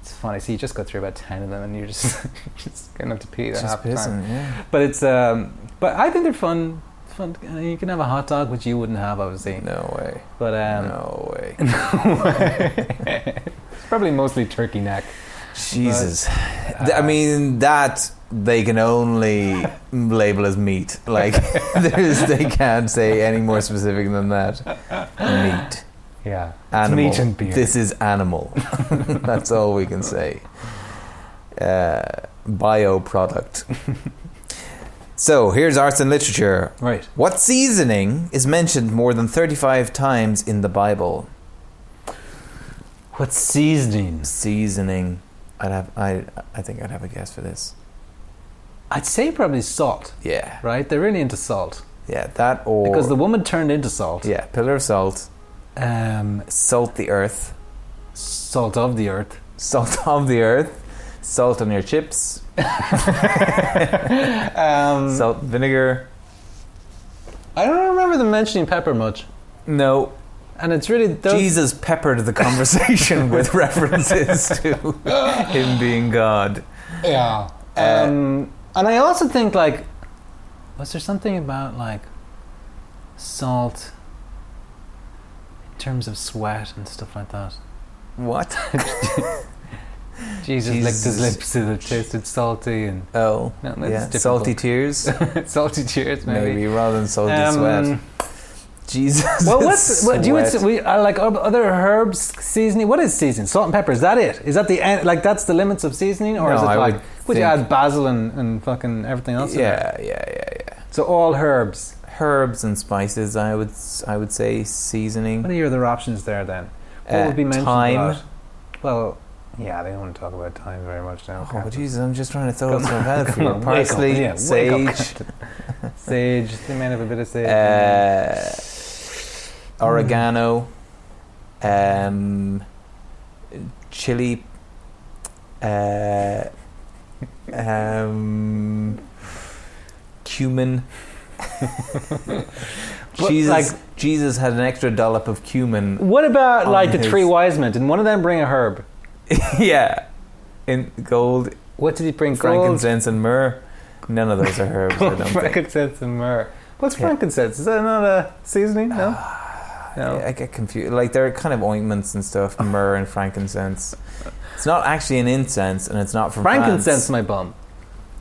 it's funny. So you just go through about ten of them, and you're just just gonna have to pee that Just half the time. pissing. Yeah. But it's um, but I think they're fun fun- uh, you can have a hot dog, which you wouldn't have, obviously. No way. But um, no way. it's probably mostly turkey neck. Jesus. uh, Th- I mean, that they can only label as meat. Like, there's, they can't say any more specific than that. Meat. Yeah, It's Animal. meat and beer. This is animal. That's all we can say. Uh, bioproduct. so, here's arts and literature. right. What seasoning is mentioned more than 35 times in the Bible? What seasonings? Seasoning. I'd have, I, I think I'd have a guess for this. I'd say probably salt. Yeah. Right? They're really into salt Yeah, that or because the woman turned into salt. yeah, pillar of salt, Um, salt the earth, salt of the earth. salt of the earth, salt on your chips, Um, salt vinegar. I don't remember them mentioning pepper much, No, and it's really those. Jesus peppered the conversation with references to him being God. Yeah. Um, and I also think like, was there something about like salt in terms of sweat and stuff like that? What? Jesus, licked his Jesus. lips till it tasted salty and Oh, No, that's yeah, difficult. salty tears, salty cheers maybe. rather than salty Um, sweat. Jesus. Well, what's what do you would sweat. say, we are like ob- other herbs seasoning? What is seasoning? Salt and pepper? Is that it? Is that the end? Like that's the limits of seasoning, or No, is it I like would would you think- add basil and, and fucking everything else? in there? Yeah, yeah, yeah, yeah. So all herbs. Herbs and spices. I would, s- I would say seasoning. What are your other options there then? What Uh, would be mentioned? a thyme. lot? Well, yeah, they don't want to talk about time very much now. Oh, Captain. Jesus, I'm just trying to throw Come stuff out for Come you. on, wake up. Parsley, Yeah, wake up, sage, Captain. sage. They might have a bit of sage. in there. uh, oregano, um, chili, uh, um, cumin. But, Jesus, like- Jesus had an extra dollop of cumin. what about on like the his- three wise men? Didn't one of them bring a herb? yeah, in gold, What did he bring? Gold, frankincense, and myrrh. None of those are herbs. I don't think. frankincense and myrrh. What's Yeah. frankincense? Is that not a seasoning? No. no. I get confused. Like they're kind of ointments and stuff, myrrh and frankincense. It's not actually an incense, and it's not from frankincense, France. my bum.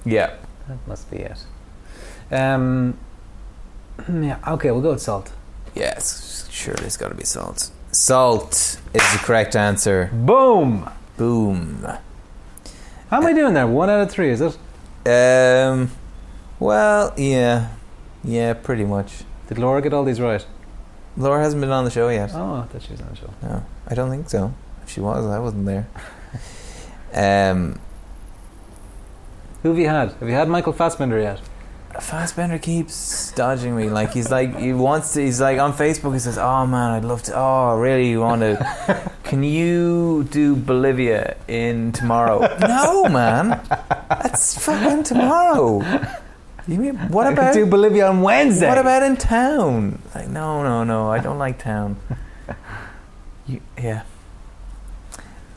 Yeah, That must be it. Um. hmm, Yeah. Okay, we'll go with salt. yes, sure. There's got to be salt. Salt is the correct answer. Boom. Boom. How am I doing there? One out of three, is it? Um, well, yeah, yeah, pretty much. Did Laura get all these right? Laura hasn't been on the show yet. Oh, I thought she was on the show. No, I don't think so. If she was, I wasn't there. Um, Who have you had? Have you had Michael Fassbender yet? Fassbender keeps dodging me. Like he's like he wants to. He's like on Facebook. He says, "Oh man, I'd love to. Oh, I really want to. Can you do Bolivia in tomorrow? no, man. That's fucking tomorrow. You mean what I about could do Bolivia on Wednesday. what about in town? Like no, no, no. I don't like town. You, yeah.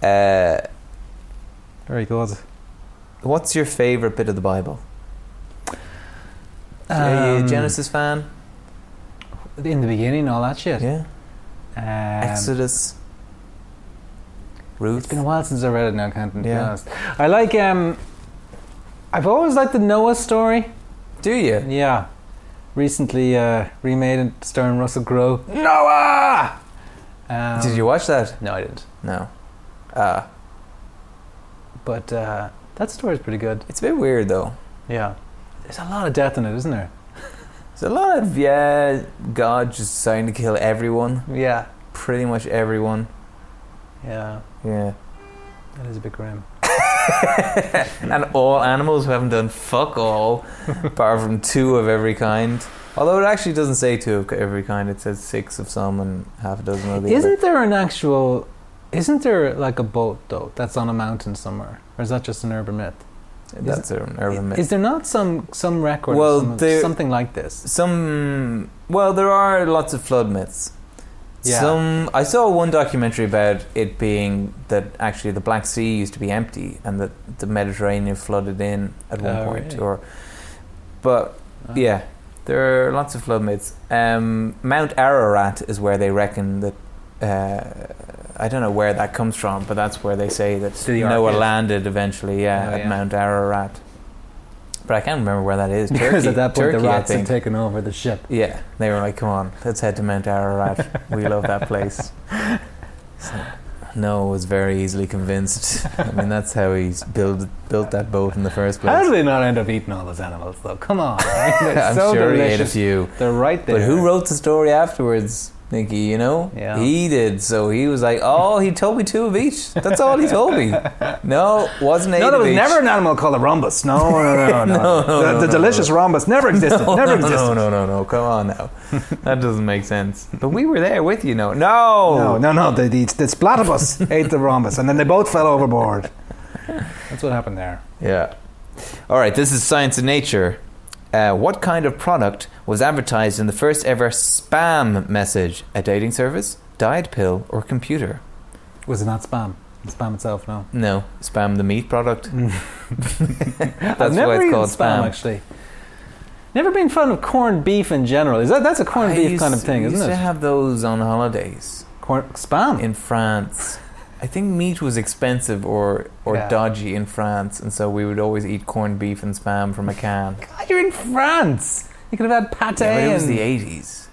Uh, Very good. what's your favorite bit of the Bible? Are you a Um, Genesis fan? In the beginning, all that shit. Yeah. Um, Exodus. It's Ruth. been a while since I read it now, Canton, to be Yeah. honest. I like, um, I've always liked the Noah story. Do you? Yeah. Recently uh, remade and starring Russell Crowe. Noah! Um, Did you watch that? No, I didn't. No. Ah, But uh, that story's pretty good. it's a bit weird though. Yeah. There's a lot of death in it, isn't there? There's a lot of yeah, God just deciding to kill everyone, Yeah. pretty much everyone. Yeah. Yeah, That is a bit grim. and all animals who haven't done fuck all, apart from two of every kind. Although it actually doesn't say two of every kind; it says six of some and half a dozen of the other. Isn't there an actual. Isn't there like a boat, though, that's on a mountain somewhere? Or is that just an urban myth? That's an urban myth. Is there not some, some record of Well, some of there- something like this? some well there are lots of flood myths Yeah. some i saw one documentary about it being that actually the black sea used to be empty and that the mediterranean flooded in at one Oh, point really? or but Oh. yeah There are lots of flood myths. Um, Mount Ararat is where they reckon that. Uh, I don't know where that comes from, but that's where they say that the Ark, Noah yeah. landed eventually. Yeah, Oh, at yeah. Mount Ararat. But I can't remember where that is. Because Turkey- at that point, Turkey, the I rats had think. taken over the ship. Yeah, they were like, "Come on, let's head to Mount Ararat. We love that place." So, Noah was very easily convinced. I mean, that's how he built built that boat in the first How place. did they not end up eating all those animals, though? Come on. right? They're I'm so sure he ate a delicious. few, They're right there. but who wrote the story afterwards? Nicky, you know, Yeah. he did. So he was like, "Oh, he told me two of each. That's all he told me." No, wasn't eight No, there of was each. never an animal called a rhombus. No, no, no, no. No, no, the no, the no, delicious rhombus never existed. No, never no, existed. no, no, no, no. Come on now, that doesn't make sense. But we were there with you, no, no, No, no, no. The, the, this platypus ate the rhombus, and then they both fell overboard. That's what happened there. Yeah. All right, this is Science and Nature. Uh, what kind of product was advertised in the first ever spam message? A dating service, diet pill, or computer? Was it not spam? Spam itself, no. No, spam the meat product. Mm. I've That's never why it's eaten called spam. actually. Never been fond of corned beef in general. Is that that's a corned I beef used- kind of thing, we isn't used to it? have those on holidays Corn, spam. in France. I think meat was expensive or, or Yeah. dodgy in France, and so we would always eat corned beef and spam from a can. God, you're in France. You could have had pate. Yeah, but it was the and- 80s.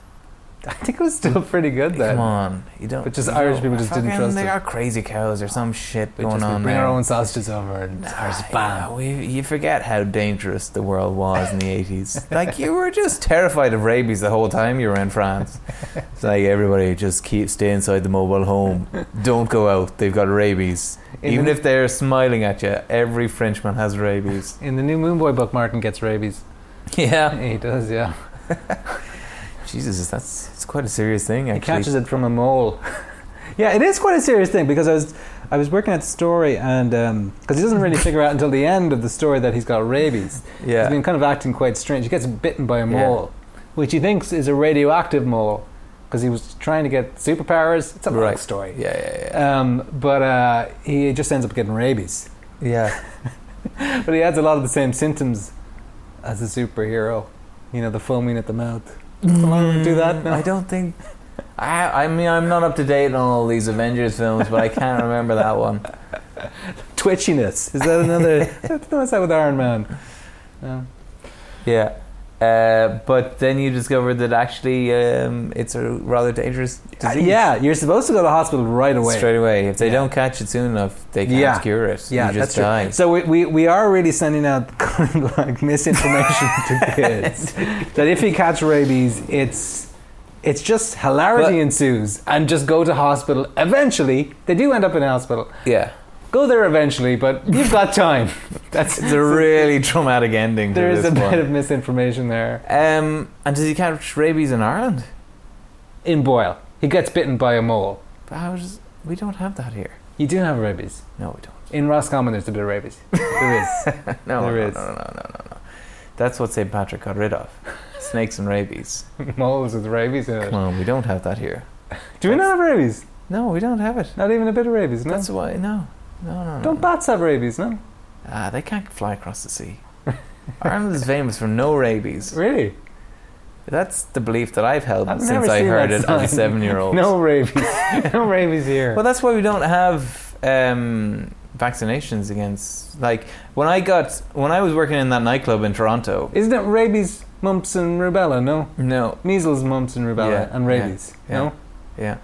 I think it was still pretty good then. Come on, you don't. But just you Irish know, people just didn't fucking trust They it. got crazy cows or some shit We going just- we on bring there. our own sausages over and Nah, our Ah, yeah, spam. we, you forget how dangerous the world was in the 80s. like, you were just terrified of rabies the whole time you were in France. It's like, everybody just keep stay inside the mobile home. Don't go out. They've got rabies. In Even the- if they're smiling at you, every Frenchman has rabies. In the new Moonboy book, Martin gets rabies. yeah. He does, yeah. Jesus, that's, that's quite a serious thing, He actually. catches it from a mole. yeah, it is quite a serious thing because I was I was working at the story and because he doesn't really figure out until the end of the story that he's got rabies. He's yeah. been kind of acting quite strange. He gets bitten by a Yeah. mole, which he thinks is a radioactive mole because he was trying to get superpowers. It's a long Right. story. Yeah, yeah, Um, but uh, he just ends up getting rabies. yeah. Yeah. But he has a lot of the same symptoms as a superhero. You know, the foaming at the mouth. Someone do that? No? I don't think. I, I mean, I'm not up to date on all these Avengers films, but I can't remember that one. Twitchiness. Is that another? I don't know what's that with Iron Man. No. Yeah. Uh, but then you discover that actually um, it's a rather dangerous Uh, disease. yeah, you're supposed to go to the hospital right away. Straight away. If they Yeah. don't catch it soon enough, they can't Yeah. cure it. yeah, you just that's die. True. So we, we, we are really sending out kind of like misinformation to kids that if you catch rabies, it's it's just hilarity But- ensues and just go to hospital. Eventually, they do end up in hospital. Yeah. Go there eventually, but you've got time. That's It's a really traumatic ending to there is this a bit one. of misinformation there. um, and does he catch rabies in Ireland? In Boyle, he gets bitten by a mole. How does, we don't have that here. You do have rabies. No, we don't. In Roscommon, there's a bit of rabies. There is. No, There no, is. no, no, no, no, no, no. That's what St. Patrick got rid of. Snakes and rabies. Moles with rabies in Come it. on, we don't have that here. Do we not have rabies? No, we don't have it. Not even a bit of rabies, no? That's why. No, no, no. no. Don't bats have rabies, no? Ah, they can't fly across the sea. Ireland is famous for no rabies. Really? That's the belief that I've held I've since never I seen heard that it as a sign. seven-year-old. No rabies. no rabies here. Well, that's why we don't have um, vaccinations against. Like when I got when I was working in that nightclub in Toronto. Isn't it rabies, mumps, and rubella, no? No, Measles, mumps, and rubella, Yeah, and yeah, rabies, yeah. no? Yeah.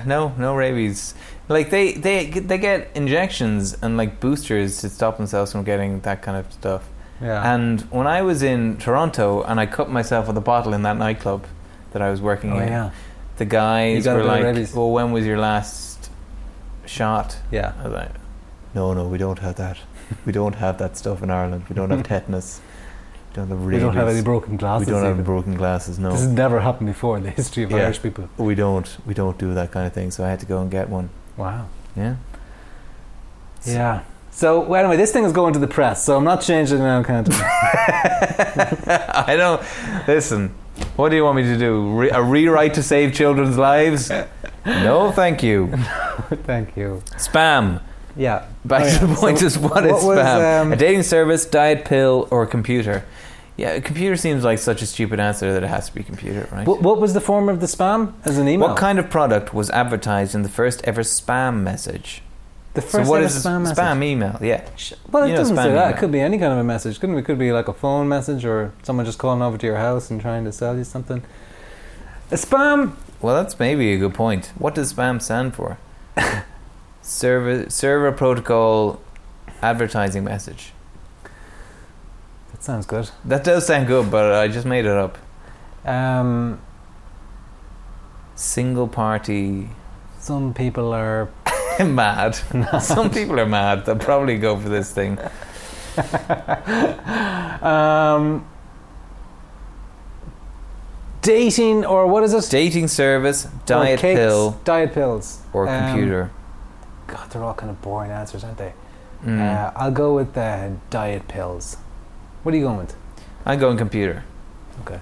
Uh, no, no rabies. Like they, they they get injections and like boosters to stop themselves from getting that kind of stuff. Yeah. And when I was in Toronto and I cut myself with a bottle in that nightclub that I was working oh, in, yeah. the guys You got a were bit of like, rabies. "Well, when was your last shot?" Yeah. I was like, "No, no, we don't have that. We don't have that stuff in Ireland. We don't have tetanus. We don't have rabies. We don't have any broken glasses. We don't have even. broken glasses. No, This has never happened before in the history of Yeah. Irish people. we don't. We don't do that kind of thing. So I had to go and get one. Wow. Yeah. Yeah. So, well, anyway, this thing is going to the press, so I'm not changing it now, can't I? I don't. Listen, what do you want me to do? Re- a rewrite to save children's lives? No, thank you. Thank you. Spam. Yeah. Back Oh, to yeah. the point So is what is what was, spam? um, a dating service, diet pill, or computer? Yeah, computer seems like such a stupid answer that it has to be computer, right? What, what was the form of the spam? As an email. What kind of product was advertised in the first ever spam message? The first so what ever is a spam spam message. email? Yeah. Sh- Well, it You know, doesn't spam say that. email. It could be any kind of a message, couldn't it? It could be like a phone message or someone just calling over to your house and trying to sell you something. A spam. Well, that's maybe a good point. What does spam stand for? server server protocol advertising message. That sounds good. That does sound good, but I just made it up. Um, Single party some people are. mad. Some people are mad. They'll probably go for this thing. Um, dating or what is it? Dating service, Or diet cakes, pill, Diet pills. or Um, computer. God, they're all kind of boring answers, aren't they? Mm. Uh, I'll go with uh, diet pills. What are you going with? I'm going computer. Okay.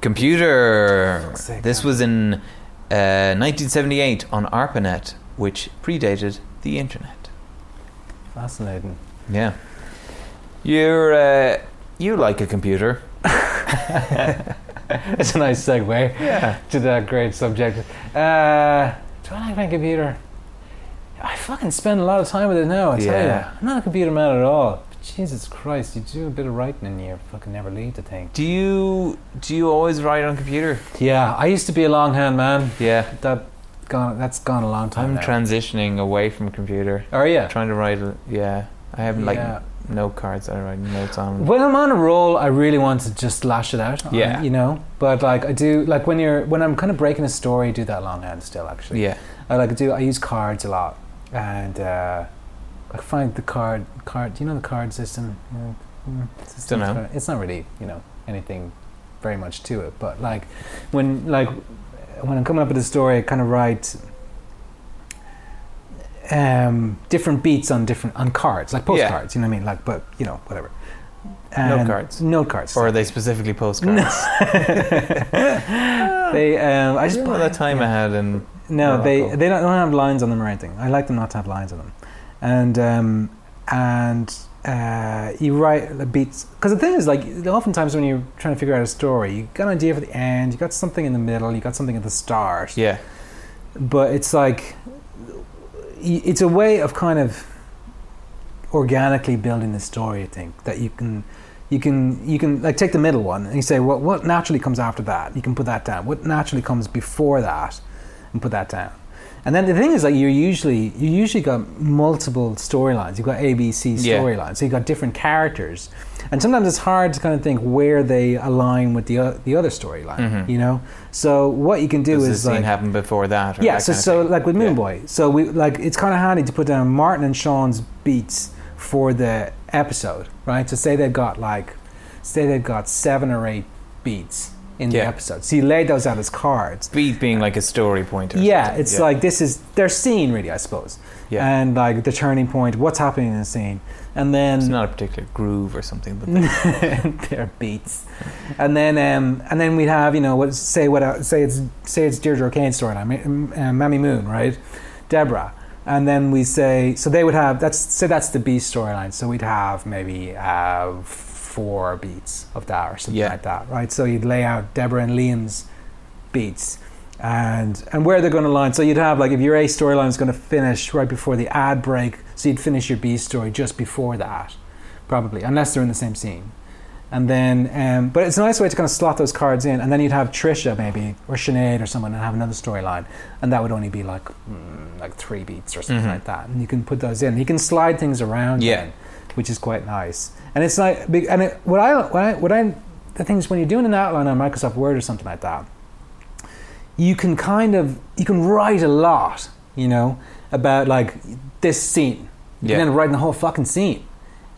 Computer. Fuck's sake, This man. was in uh, 1978 on ARPANET, which predated the internet. Fascinating. Yeah. You're uh, you like a computer? It's a nice segue. Yeah. to that great subject. Uh, do I like my computer? I fucking spend a lot of time with it now. I tell Yeah. you, I'm not a computer man at all. But Jesus Christ, you do a bit of writing and you fucking never leave the thing. Do you do you always write on computer? Yeah, I used to be a longhand man. Yeah. That gone. That's gone a long time. I'm now. transitioning away from computer. Are you? Trying to write. Yeah. I have like Yeah. note cards. I write notes on. When I'm on a roll, I really want to just lash it out. Yeah. You know, but like I do, like when you're when I'm kind of breaking a story, I do that longhand still actually. Yeah. I like do. I use cards a lot, and uh, I find the card card. Do you know the card system? You know, mm, system's Dunno. kinda- It's not really you know anything very much to it, but like when like when I'm coming up with a story, I kind of write um, different beats on different on cards, like Yeah. postcards. You know what I mean? Like, but you know, whatever. Note And- cards. Note cards. Or are they specifically postcards? they. Um, I I just just remember buy- that time I had and no, they, Morocco. they don't, don't have lines on them or anything. I like them not to have lines on them. And um, and uh, you write the beats because the thing is like oftentimes when you're trying to figure out a story, you got an idea for the end, you got something in the middle, you got something at the start. yeah. But it's like y- it's a way of kind of organically building the story. I think that you can. You can you can like take the middle one and you say what what naturally comes after that you can put that down what naturally comes before that and put that down. And then the thing is, like you're usually you usually got multiple storylines. You've got A, B, C Yeah. storylines, so you've got different characters, and sometimes it's hard to kind of think where they align with the o- the other storyline. Mhm. You know, so what you can do Does is this scene like happen before that? Or yeah, that so kind of so thing? like with Yeah. Moonboy, so we like it's kind of handy to put down Martin and Sean's beats for the episode, right? So say they've got like, say they've got seven or eight beats in the Yeah. episode. So you lay those out as cards. Beat being like a story pointer. or Yeah, something. it's like this is their scene, really, I suppose. Yeah. And like the turning point, what's happening in the scene, and then it's not a particular groove or something, but their beats, and then um, and then we'd have you know what say what uh, say it's say it's Deirdre O'Kane's storyline, Ma- um, uh, Mammy Moon, right? Deborah, and then we say so they would have that's say that's the B storyline, so we'd have maybe uh, four beats of that or something Yeah. like that, right? So you'd lay out Deborah and Liam's beats. And and where they're going to line, so you'd have like if your A storyline is going to finish right before the ad break, so you'd finish your B story just before that, probably, unless they're in the same scene. And then, um, but it's a nice way to kind of slot those cards in, and then you'd have Trisha maybe or Sinead or someone, and have another storyline, and that would only be like mm, like three beats or something Mhm. like that, and you can put those in. You can slide things around, Yeah. then, which is quite nice. And it's like, big- and it, what I what I what I the thing is when you're doing an outline on Microsoft Word or something like that, you can kind of you can write a lot, you know, about like this scene. You Yeah. can end up writing the whole fucking scene,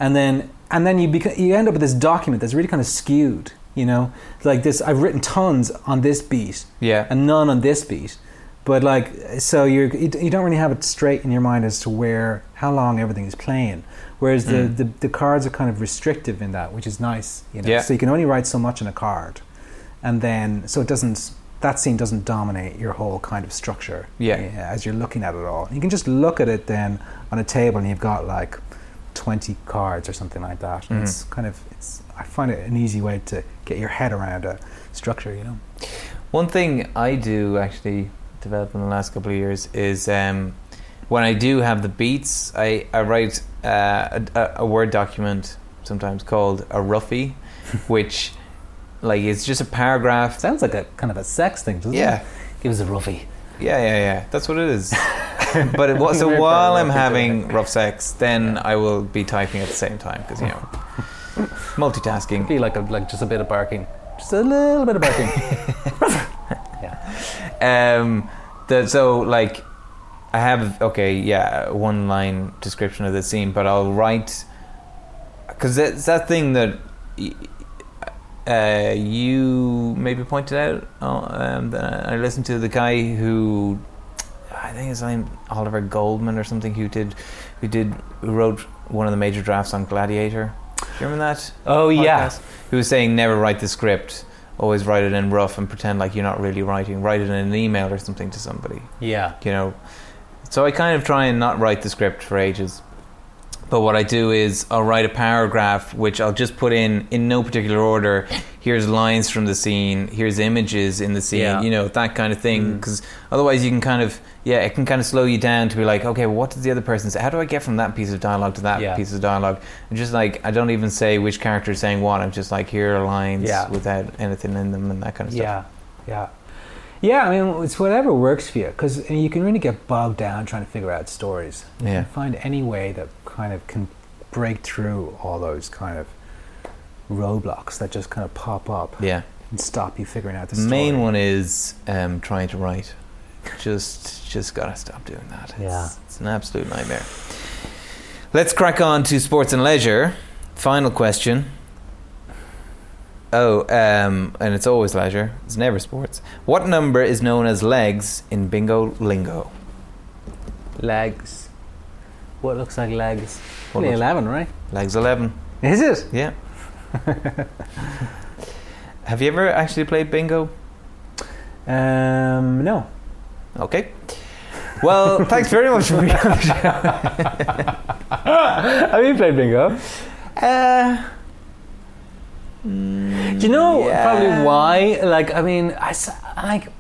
and then and then you beca- you end up with this document that's really kind of skewed. You know, It's like this. I've written tons on this beat yeah. and none on this beat, but like so you're you you don't really have it straight in your mind as to where how long everything is playing. Whereas the, Mm. the, the cards are kind of restrictive in that, which is nice. You know, Yeah. so you can only write so much on a card, and then so it doesn't that scene doesn't dominate your whole kind of structure. eh, Yeah. as you're looking at it all, you can just look at it then on a table, and you've got like twenty cards or something like that. Mhm. It's kind of it's I find it an easy way to get your head around a structure. You know, One thing I do actually develop in the last couple of years is um, when I do have the beats, I, I write uh, a, a Word document sometimes called a roughie, which like it's just a paragraph. sounds like a kind of a sex thing, doesn't Yeah, it? Give us a roughie. yeah, yeah, yeah. That's what it is. but it, wa- so Weird while I'm paragraph, isn't having rough sex, then I will be typing at the same time because you know multitasking. Be like a, like just a bit of barking, just a little bit of barking. Um, the, so like, I have okay, yeah, one line description of the scene, but I'll write because that's that thing that y- uh, you maybe pointed out. Oh, um, that I listened to the guy who I think his name Oliver Goldman or something who did who did who wrote one of the major drafts on Gladiator. Do you remember that? oh podcast, Who was saying never write the script, always write it in rough and pretend like you're not really writing. Write it in an email or something to somebody. yeah. You know. So I kind of try and not write the script for ages. But what I do is I'll write a paragraph which I'll just put in in no particular order. Here's lines from the scene. Here's images in the scene. Yeah. You know that kind of thing. Mm. Because otherwise you can kind of yeah it can kind of slow you down to be like okay well, what does the other person say? How do I get from that piece of dialogue to that Yeah. piece of dialogue? And just like I don't even say which character is saying what. I'm just like here are lines Yeah. without anything in them and that kind of stuff. Yeah, yeah, yeah. I mean, it's whatever works for you because you can really get bogged down trying to figure out stories. Yeah. find any way that kind of can break through all those kind of roadblocks that just kind of pop up Yeah. and stop you figuring out the The main story. one is um, trying to write. Just, just gotta stop doing that. It's, Yeah. it's an absolute nightmare. Let's crack on to sports and leisure. Final question. Oh, um, and it's always leisure. It's never sports. What number is known as legs in bingo lingo? Legs. What looks like legs? What Only looks- eleven, right? Legs eleven. Is it? Yeah. Have you ever actually played bingo? Um, no. Okay. Well, thanks very much for being on the show. Have you played bingo? Uh, Do you know Yeah. probably why? Like, I mean, I s- like.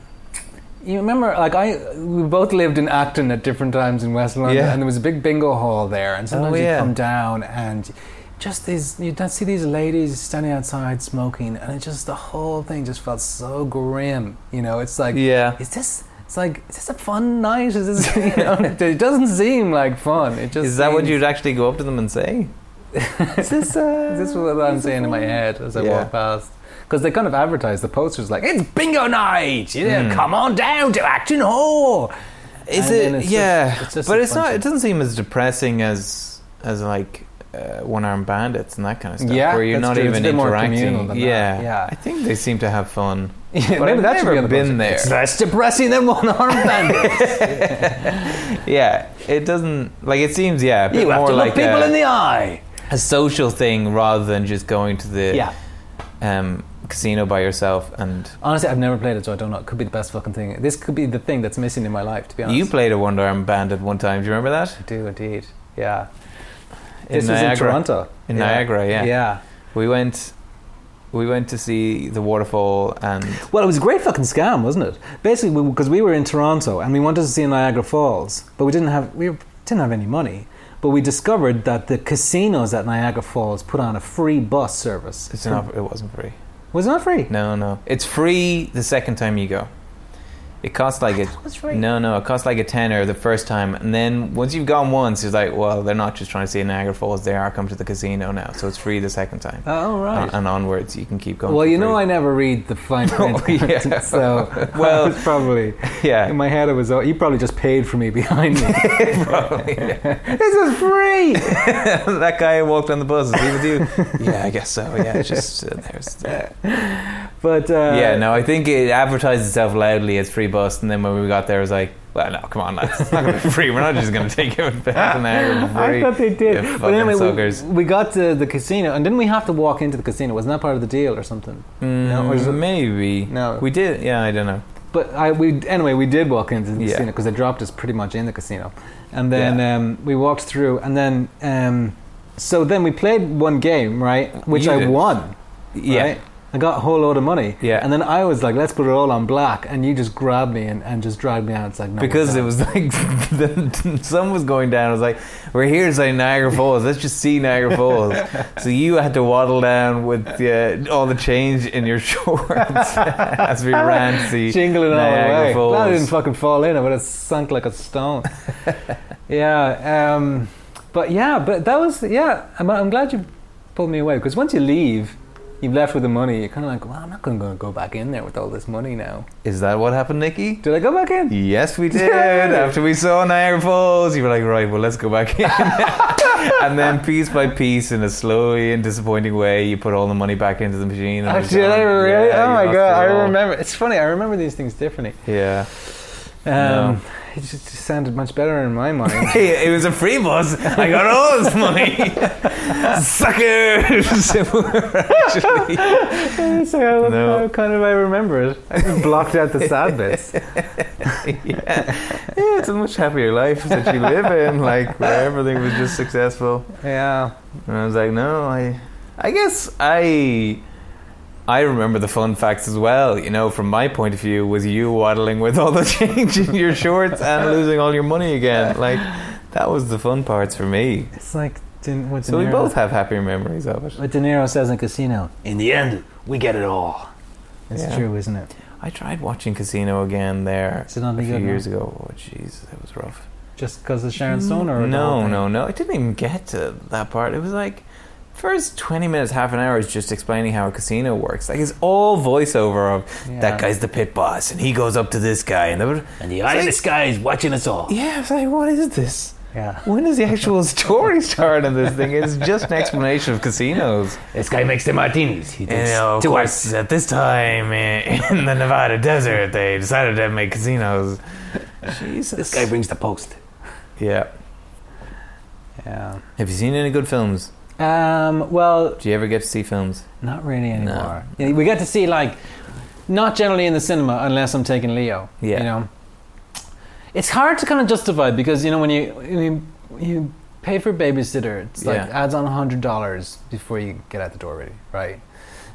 You remember, like I, we both lived in Acton at different times in West London, Yeah. Oh, and there was a big bingo hall there. And sometimes yeah. you come down and just these, you don't see these ladies standing outside smoking, and it just the whole thing just felt so grim. You know, it's like, yeah. is this? It's like, is this a fun night? Is this? You know, it doesn't seem like fun. It just Is that what seems- you'd actually go up to them and say? is this, uh, is this what I'm saying in my head as I Yeah. walk past? Because they kind of advertise the posters like it's bingo night. You know, come on down to Action Hall. Is And then it? it's just- yeah. it's just but a it's not. bunch It of- doesn't seem as depressing as as like uh, one armed bandits and that kind of stuff. Yeah, where you're that's not true. It's even a bit more interacting. communal than that. yeah. Yeah. I think they seem to have fun. Yeah, But I've that should never be on the been poster. there. It's less depressing than one arm bandit. Yeah. It doesn't. Like it seems. Yeah. A bit you have more to look like people a, in the eye. a social thing rather than just going to the Yeah. um, casino by yourself. And Honestly, I've never played it, so I don't know. It could be the best fucking thing. This could be the thing that's missing in my life, to be honest. you played a one armed bandit one time. Do you remember that? I do indeed. Yeah. In this was in Niagara. Toronto. In Niagara, yeah. Yeah. We went we went to see the waterfall and Well, it was a great fucking scam, wasn't it? Basically, because we, were in Toronto and we wanted to see Niagara Falls, but we didn't have we didn't have any money. But we discovered that the casinos at Niagara Falls put on a free bus service. it's not it wasn't free. Was it not free? No, no. It's free the second time you go. It costs like a It was free. no, no. It costs like a tenner the first time, and then once you've gone once, it's like, well, they're not just trying to see Niagara Falls; they are coming to the casino now, so it's free the second time, Oh right. and, and onwards you can keep going. well, for you know, I free. never read the fine print, Oh, yeah. so Well- well, was probably in yeah, my head it was. Oh, you probably just paid for me behind me. probably. this is free. Oh, that guy walked on the bus. Is he with you? yeah, I guess so. Yeah, just uh, there's But uh, yeah, no, I think it advertised itself loudly as free bus, and then when we got there, it was like, well, no, come on, lads, it's not going to be free. We're not just going to take it back to Niagara for I free. thought they did. You but fucking anyway, suckers. we, we got to the casino, and didn't we have to walk into the casino? Wasn't that part of the deal or something? No, or is Mm, it- maybe. No. we did. Yeah, I don't know. But I, we anyway, we did walk into the Yeah. casino because they dropped us pretty much in the casino, and then um, we walked through, and then um, So then we played one game, right? Which You I did. won. Yeah. right? I got a whole load of money. Yeah. And then I was like, let's put it all on black. And you just grabbed me and, and just dragged me out. It's like, no. Because we're it done. was like the sun was going down. I was like, "We're here, it's like Niagara Falls. Let's just see Niagara Falls." so you had to waddle down with uh, all the change in your shorts as we ran. See, Jingling all the Niagara way. Falls. Glad I didn't fucking fall in. I would have sunk like a stone. yeah. Um, but yeah, but that was, yeah. I'm, I'm glad you pulled me away. Because once you leave, you've left with the money. You're kind of like, well, I'm not going to go back in there with all this money now. is that what happened, Nikki? Did I go back in? Yes, we did. Yeah. After we saw Niagara Falls, you were like, right, well, let's go back in. and then, piece by piece, in a slowly and disappointing way, you put all the money back into the machine. and it Oh, was did I gone. really? Yeah, oh you my lost god, I it all. remember. It's funny. I remember these things differently. Yeah. Um, No. It just sounded much better in my mind. Hey, it was a free bus. I got all this money. Suckers! Actually, That's how, No. how kind of I remember it. I just blocked out the sad bits. yeah. yeah, it's a much happier life that you live in, like where everything was just successful. Yeah. And I was like, no, I, I guess I, I remember the fun facts as well. You know, from my point of view, was you waddling with all the change in your shorts and losing all your money again. Like, that was the fun parts for me. It's like De- what De So we Niro- both have happier memories of it. What De Niro says in Casino. In the end, we get it all. It's Yeah. true, isn't it? I tried watching Casino again there Is it not a any few good now? years ago. Oh, jeez, that was rough. Just because of Sharon Stone, or the whole no, thing? no, no. I didn't even get to that part. It was like first twenty minutes, half an hour is just explaining how a casino works. Like it's all voiceover of Yeah. that guy's the pit boss, and he goes up to this guy, and they were, And the eye in the sky is watching us all. yeah, I was like, what is this? Yeah. When does the actual story start in this thing? It's just an explanation of casinos. This guy makes the martinis. He You takes uh, know, of two course, hours. at this time eh, in the Nevada desert, they decided to make casinos. This Jesus. guy brings the post. Yeah. Yeah. Have you seen any good films? Um, well, Do you ever get to see films? Not really anymore. Yeah, We get to see like not generally in the cinema unless I'm taking Leo. Yeah. You know. It's hard to kind of justify because you know when you when you, when you pay for a babysitter, it's like Yeah. adds on hundred dollars before you get out the door really, right?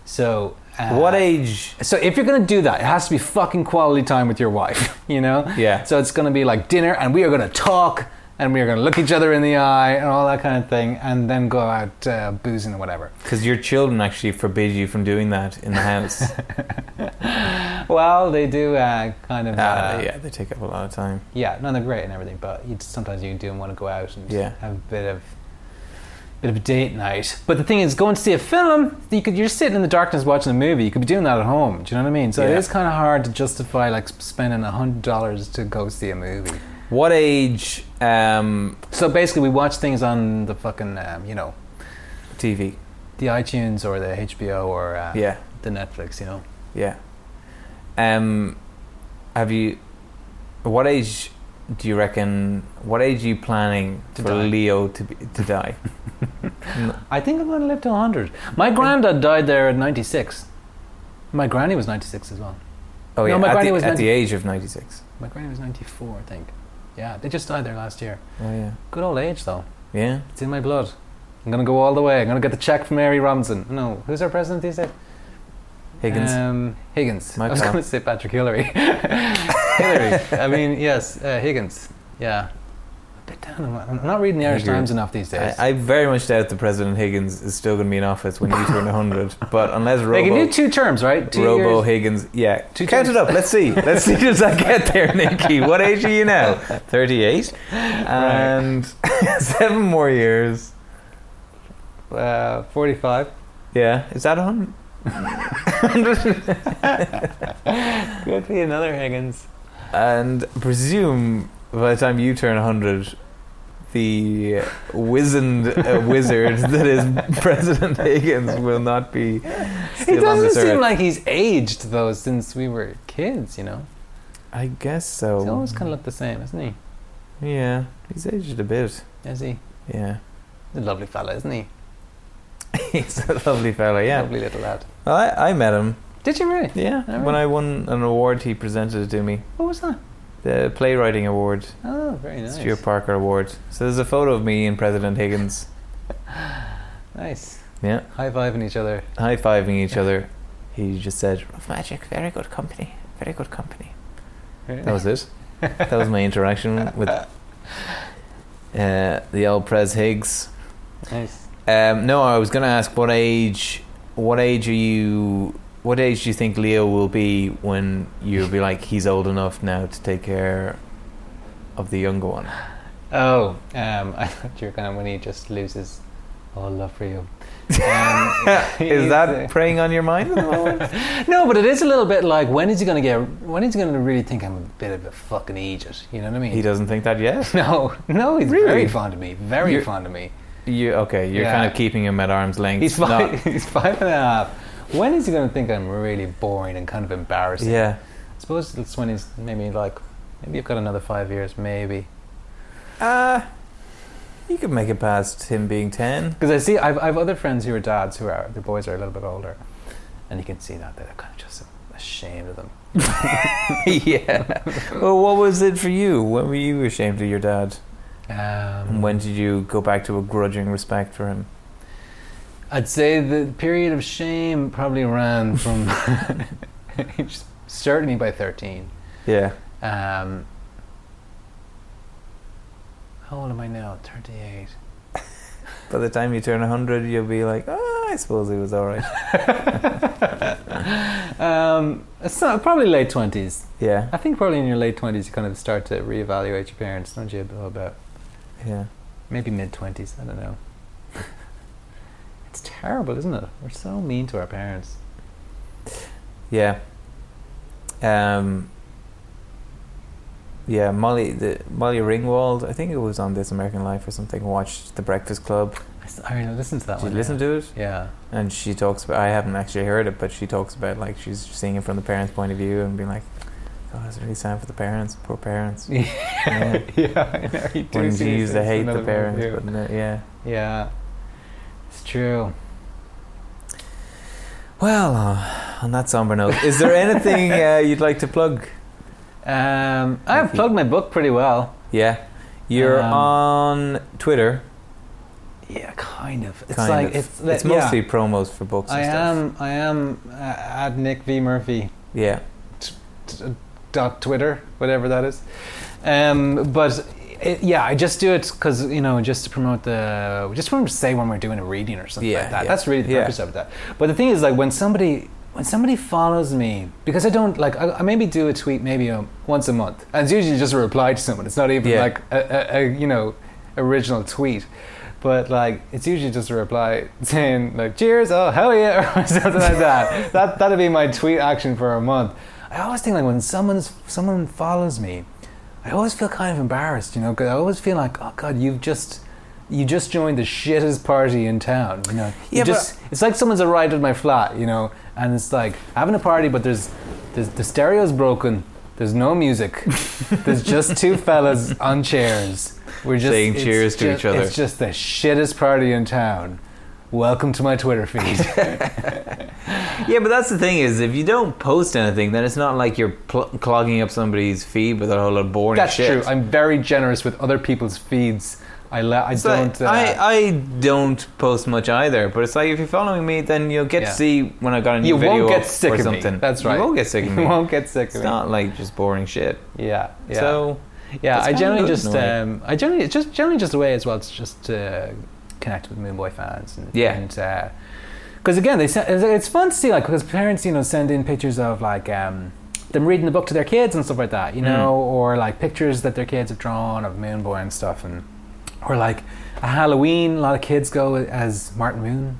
So uh, what age? so if you're gonna do that, it has to be fucking quality time with your wife, you know? Yeah. So it's gonna be like dinner and we are gonna talk and we are gonna look each other in the eye and all that kind of thing and then go out uh, boozing or whatever. Because your children actually forbid you from doing that in the house. Well, they do uh, kind of. Uh, Ah, yeah. yeah, they take up a lot of time. no, they're great and everything, but you, sometimes you do want to go out and Yeah. have a bit of, bit of a date night. But the thing is, going to see a film, you could you're sitting in the darkness watching a movie. You could be doing that at home. Do you know what I mean? So Yeah. it is kind of hard to justify like sp- spending hundred dollars to go see a movie. What age um, So basically, we watch things on the fucking um, you know TV? the iTunes or the HBO or uh, Yeah, the Netflix. You know, yeah. Um, have you? What age do you reckon? What age are you planning To for die. Leo to be, to die? I think I'm going to live to hundred. My granddad died there at ninety six. My granny was ninety six as well. Oh No, yeah, my at, granny the, was at 90 the age of ninety six. My granny was 94, I think. Yeah, they just died there last year. Oh yeah, Good old age, though. yeah. It's in my blood. I'm going to go all the way. I'm going to get the check from Mary Robinson. No, who's our president these days? Higgins. Um, Higgins. My I was pal. going to say Patrick Hillary. Hillary. I mean, yes, uh, Higgins. Yeah. A bit down. on my- I'm not reading the Irish Higgins. Times enough these days. I, I very much doubt that President Higgins is still going to be in office when you turn 100. But unless Robo, they can do two terms, right? Two Robo years. Higgins, yeah, Two count it terms. up. Let's see. Let's see. Does that get there, Nikki? What age are you now? 38, and seven more years. Uh, 45. Yeah, is that 100? Could be another Higgins. And presume by the time you turn 100, the wizened uh, wizard that is President Higgins will not be. Still He on doesn't this seem earth. like he's aged, though, since we were kids, you know? I guess so. He's always kind of looked the same, isn't he? Yeah, he's aged a bit. Is he? Yeah. He's a lovely fella, isn't he? He's a lovely fella, yeah. Lovely little lad. Well, I, I met him. Did you really? Yeah. All right. When I won an award, he presented it to me What was that? the Playwriting Award, Oh, very nice. Stuart Parker Award. So there's a photo of me and President Higgins Nice. Yeah, High fiving each other. high fiving each other. He just said, "Rough Magic, very good company, very good company." That was it. that was my interaction with uh, the old Prez Higgs. Nice. Um, no, I was going to ask what age. What age are you? What age do you think Leo will be when you'll be like he's old enough now to take care of the younger one? Oh, um, I thought you were going to when he just loses all love for you. Um, Is that preying on your mind? No, but it is a little bit like when is he going to get? When is he going to really think I'm a bit of a fucking idiot? You know what I mean? he doesn't think that yet. No, no, he's Really? very fond of me. Very You're- fond of me. You okay? You're Yeah. kind of keeping him at arm's length. He's five. not- He's five and a half. When is he going to think I'm really boring and kind of embarrassing? yeah. I suppose it's when he's maybe like, maybe you've got another five years, maybe. Uh, you could make it past him being ten. Because I see, I've, I've other friends who are dads who are their boys are a little bit older, and you can see that they're kind of just ashamed of them. yeah. Well, what was it for you? When were you ashamed of your dad? Um, And when did you go back to a grudging respect for him? I'd say the period of shame probably ran from it just started me by thirteen. Yeah. Um, how old am I now? Thirty-eight. By the time you turn hundred, you'll be like, oh, I suppose he was all right. Um, it's not, probably late twenties. yeah. I think probably in your late twenties you kind of start to reevaluate your parents, don't you? About Yeah. maybe mid twenties. I don't know. it's terrible, isn't it? We're so mean to our parents. Yeah. Um. Yeah, Molly, the Molly Ringwald. I think it was on This American Life or something. Watched The Breakfast Club. I, s- I mean, listen to that Did one. you listen to it? Yeah. And she talks about, I haven't actually heard it, but she talks about like she's seeing it from the parents' point of view and being like, oh, that's really sad for the parents, poor parents. Yeah. Yeah. yeah. I know, you do When see you it, used to it's hate another the one, parents, yeah. but no, yeah. Yeah, it's true. Well, uh, on that somber note, is there anything uh, you'd like to plug? Um, I've you. plugged my book pretty well. Yeah. You're Um, on Twitter, Yeah, kind of. It's kind like of. it's it's yeah. mostly promos for books and I stuff. am. I am uh, at Nick V Murphy Yeah. t- dot Twitter, whatever that is. Um, but it, yeah, I just do it because you know, just to promote the, just want to say when we're doing a reading or something Yeah, like that. yeah. That's really the Yeah. purpose of that. But the thing is, like when somebody when somebody follows me, because I don't like, I, I maybe do a tweet maybe um, once a month, and it's usually just a reply to someone. It's not even Yeah. like a, a, a you know original tweet. But like, it's usually just a reply saying like "Cheers," "Oh, hell yeah," or something like that. that that'd be my tweet action for a month. I always think like when someone's someone follows me, I always feel kind of embarrassed, you know, 'cause I always feel like, oh god, you've just you just joined the shittest party in town, you know. You Yeah, but- just, it's like someone's arrived at my flat, you know, and it's like having a party, but there's, there's the stereo's broken. There's no music. there's just two fellas on chairs. We're just Saying it's cheers to ju- each other. It's just the shittest party in town. Welcome to my Twitter feed. Yeah, but that's the thing is, if you don't post anything, then it's not like you're pl- clogging up somebody's feed with a whole lot of boring That's shit. true. I'm very generous with other people's feeds. I la- I It's like- don't. Uh, I, I don't post much either, but it's like if you're following me, then you'll get Yeah. to see when I got a new you video won't up get sick or of something. me. That's right. You won't get sick of me. You won't get sick of it's me. not like just boring shit. Yeah. yeah. So yeah, That's I kinda generally good in just a way. um, I generally it's just generally just a way as well. It's just to connect with Moonboy fans and Yeah. And, uh, because again, they send, it's- it's fun to see like because parents you know send in pictures of like um, them reading the book to their kids and stuff like that, you Mm. know, or like pictures that their kids have drawn of Moonboy and stuff, and or like a Halloween. A lot of kids go as Martin Moon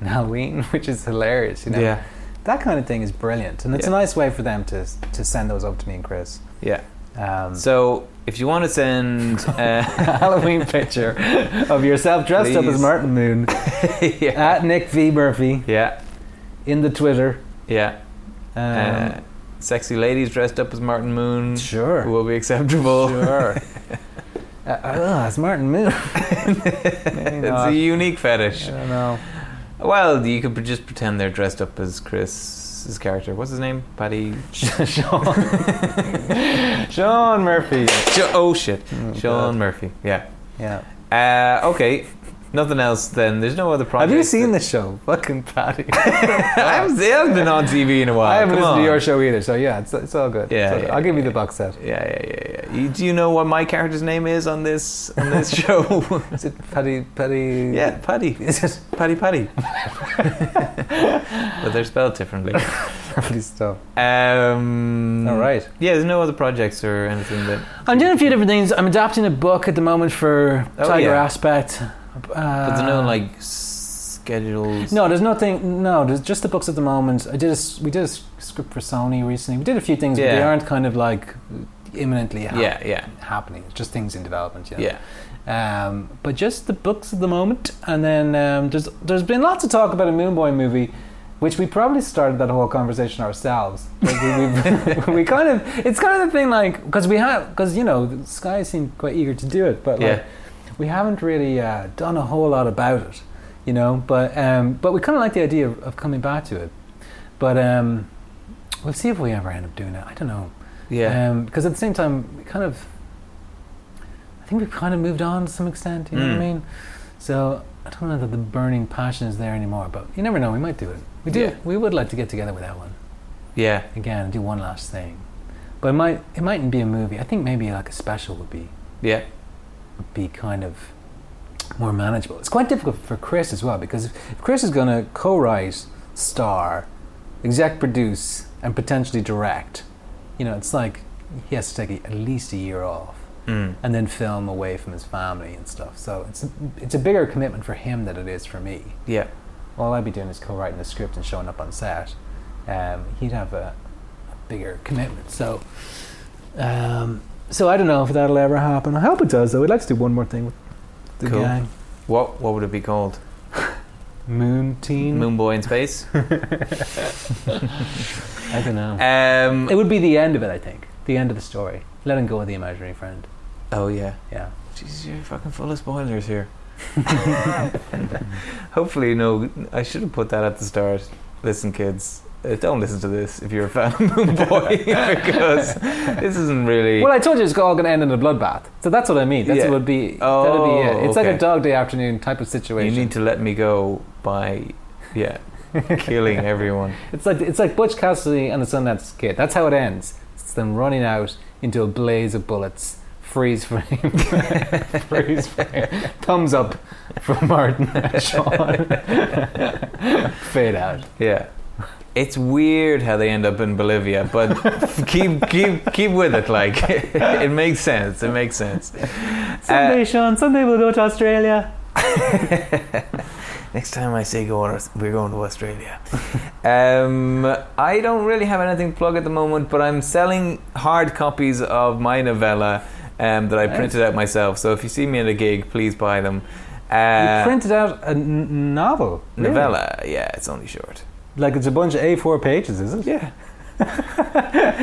on Halloween, which is hilarious, you know. yeah, That kind of thing is brilliant, and it's Yeah. a nice way for them to to send those up to me and Chris. yeah. Um, So if you want to send, uh, Halloween picture of yourself dressed up Please. as Martin Moon yeah, at Nick V Murphy yeah, in the Twitter. yeah. Um, uh, sexy ladies dressed up as Martin Moon Uh, sure, will be acceptable. sure. uh, uh, it's Martin Moon. Maybe it's a not. unique fetish. I don't know. Well, you could just pretend they're dressed up as Chris's character. What's his name? Paddy. Sean. Sean Murphy. Jo- oh shit, Oh, Sean God. Murphy. Yeah. Yeah. Uh, okay. Nothing else. Then there's no other project. Have you seen this show? Fucking Patty. I haven't, it hasn't been on TV in a while. I haven't Come listened on. to your show either, so yeah, it's, it's all good. Yeah, It's all good. yeah, I'll give you yeah. the box set. Yeah, yeah, yeah, yeah. You, do you know what my character's name is on this on this show? Is it Patty? Patty? yeah, Paddy. Is it Paddy Paddy. but they're spelled differently. lovely stuff? Um, All right. Yeah, there's no other projects or anything that. I'm doing a few different things. I'm adapting a book at the moment for Oh, Tiger yeah. Aspect. But Uh, there's no like schedules. No, there's nothing. No, there's just the books at the moment. I did a s we did a s- script for Sony recently. We did a few things, but they Yeah. aren't kind of like imminently hap- Yeah, yeah, happening. It's just things in development. Yeah. yeah. Um, but just the books at the moment, and then um, there's there's been lots of talk about a Moonboy movie, which we probably started that whole conversation ourselves. Like, we, we've, we kind of it's kind of the thing like because we have because you know Sky seemed quite eager to do it, but like Yeah. we haven't really uh, done a whole lot about it, you know. But um, but we kind of like the idea of, of coming back to it, but um, we'll see if we ever end up doing it. I don't know. Yeah. Because Um, at the same time, we kind of, I think we've kind of moved on to some extent. You know what I Mm. mean? So I don't know that the burning passion is there anymore. But you never know. We might do it. We do. Yeah. We would like to get together with that one yeah. again and do one last thing. But it might it mightn't be a movie. I think maybe like a special would be Yeah. would be kind of more manageable. It's quite difficult for Chris as well because if Chris is going to co-write, star, exec produce, and potentially direct, you know, it's like he has to take a, at least a year off Mm. and then film away from his family and stuff. So it's a, it's a bigger commitment for him than it is for me. Yeah. All I'd be doing is co-writing the script and showing up on set. Um, he'd have a, a bigger commitment. So, um, so I don't know if that'll ever happen. I hope it does, though. I'd like to do one more thing with the Cool. gang. What What would it be called? Moon Teen. Moon Boy in Space. I don't know. Um. It would be the end of it, I think. The end of the story. Letting go of the imaginary friend. Oh yeah. Yeah. Jesus, you're fucking full of spoilers here. Hopefully, no. I should have put that at the start. Listen, kids, uh, don't listen to this if you're a fan of Moon Boy because this isn't really. Well, I told you it's all going to end in a bloodbath. So that's what I mean. That's Yeah. what would be. Oh, that'd be it. It's like okay. a dog day afternoon type of you situation. need to let me go by, yeah, killing everyone. It's like it's like Butch Cassidy and the Sundance Kid. That's how it ends. It's them running out into a blaze of bullets. Freeze frame. Freeze frame. Thumbs up from Martin and Sean. Fade out. Yeah. It's weird how they end up in Bolivia, but keep keep keep with it. Like it makes sense. It makes sense. Sunday, Sean. Sunday we'll go to Australia. Next time I say go, on- we're going to Australia. um, I don't really have anything to plug at the moment, but I'm selling hard copies of my novella um, that I printed out myself. So if you see me at a gig, please buy them. Uh, you printed out a n- novel. really? novella, yeah, it's only short. Like it's a bunch of A4 pages, is it? Yeah,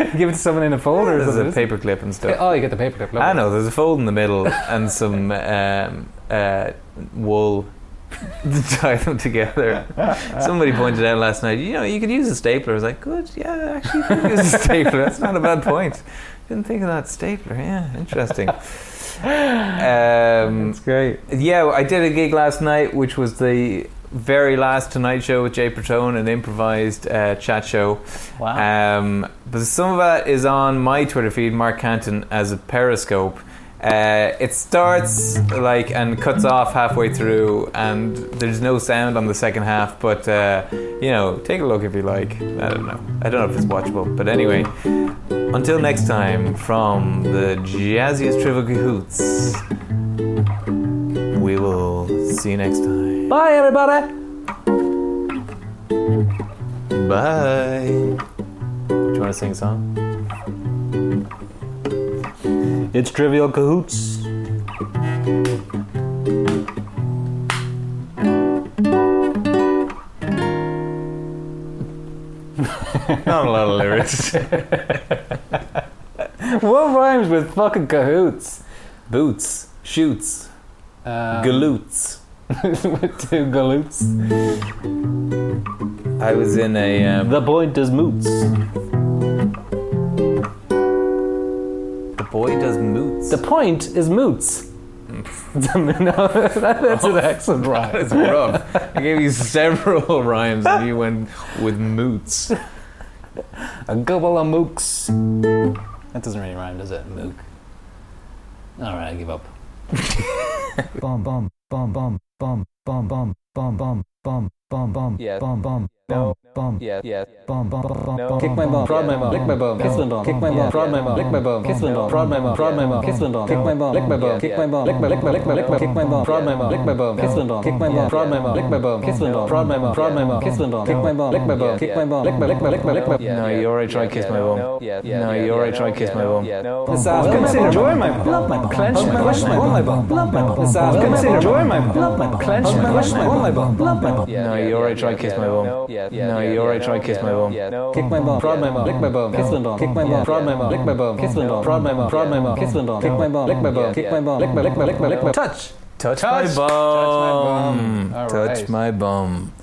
Give it to someone in a folder or there's something. a is it? paperclip and stuff. Oh, you get the paperclip. lovely. I know there's a fold in the middle and some um, uh, wool to tie them together. Somebody pointed out last night, you know, you could use a stapler. I was like, good, yeah, actually, you could use a stapler. That's not a bad point. Didn't think of that stapler. Yeah, interesting. Um, It's great. yeah, I did a gig last night, which was the very last Tonight Show with Jay Pertone, an improvised uh, chat show. Wow. Um, but some of that is on my Twitter feed, Mark Canton, as a Periscope. Uh, it starts like and cuts off halfway through, and there's no sound on the second half. But uh, you know, take a look if you like. I don't know. I don't know if it's watchable. But anyway, until next time, from the jazziest trivial cahoots. We will see you next time. Bye, everybody. Bye. Do you want to sing a song? It's Trivial Cahoots. Not a lot of lyrics. What rhymes with fucking cahoots? Boots, shoots, Um, galoots. with two galoots. I was in a. Um, The point is moots. the boy does moots. The point is moots. no, that's an excellent rhyme. It's rough. I gave you several rhymes and you went with moots. A gobble of mooks. That doesn't really rhyme, does it? Mook. All right, I give up. bum bum bum bum bum bum bum bum bum bum bum bum Yeah. bum bum No, bum Yeah, yeah. bum bum bum No. bum Kick my bum, bum. bum, Prod my bum, bum. Lick my bum. Kiss my bum. Kick my bum. Prod my bum. Lick my bum. Kiss my bum. Prod my bum. Prod my bum. Kiss my bum. Kick my bum. Lick my bum. Kick my bum. Lick my lick my lick my lick my kick my bum. Prod my bum. Lick my bum. Kiss my bum. Kick my bum. Prod my bum. Lick my bum. Kiss my bum. Prod my bum. Prod my bum. Kiss my bum. Kick my bum. Lick my bum. Kick my bum. Lick my lick my lick my lick my. No, you already tried kiss my bum. No, you already tried kiss my bum. Disaster. Consider- Enjoy my bum. Love my bum. Clench my bum. my bum. Love my bum. Disaster. Consider. Enjoy my bum. Love my bum. Clench my bum. my bum. Love my bum. No, you already tried kiss my bum. No, you already tried kiss my bum. Kick my bum. Prod my bum. Lick my bum. Kiss my bum. Kick my bum. Prod my bum. Lick my bum. Kiss my bum. Prod my bum. Prod my bum. Kiss my bum. Kick my bum. Lick my bum. Kick my bum. Lick my lick my lick my lick my. Touch. Touch my bum. All Touch right. my bum.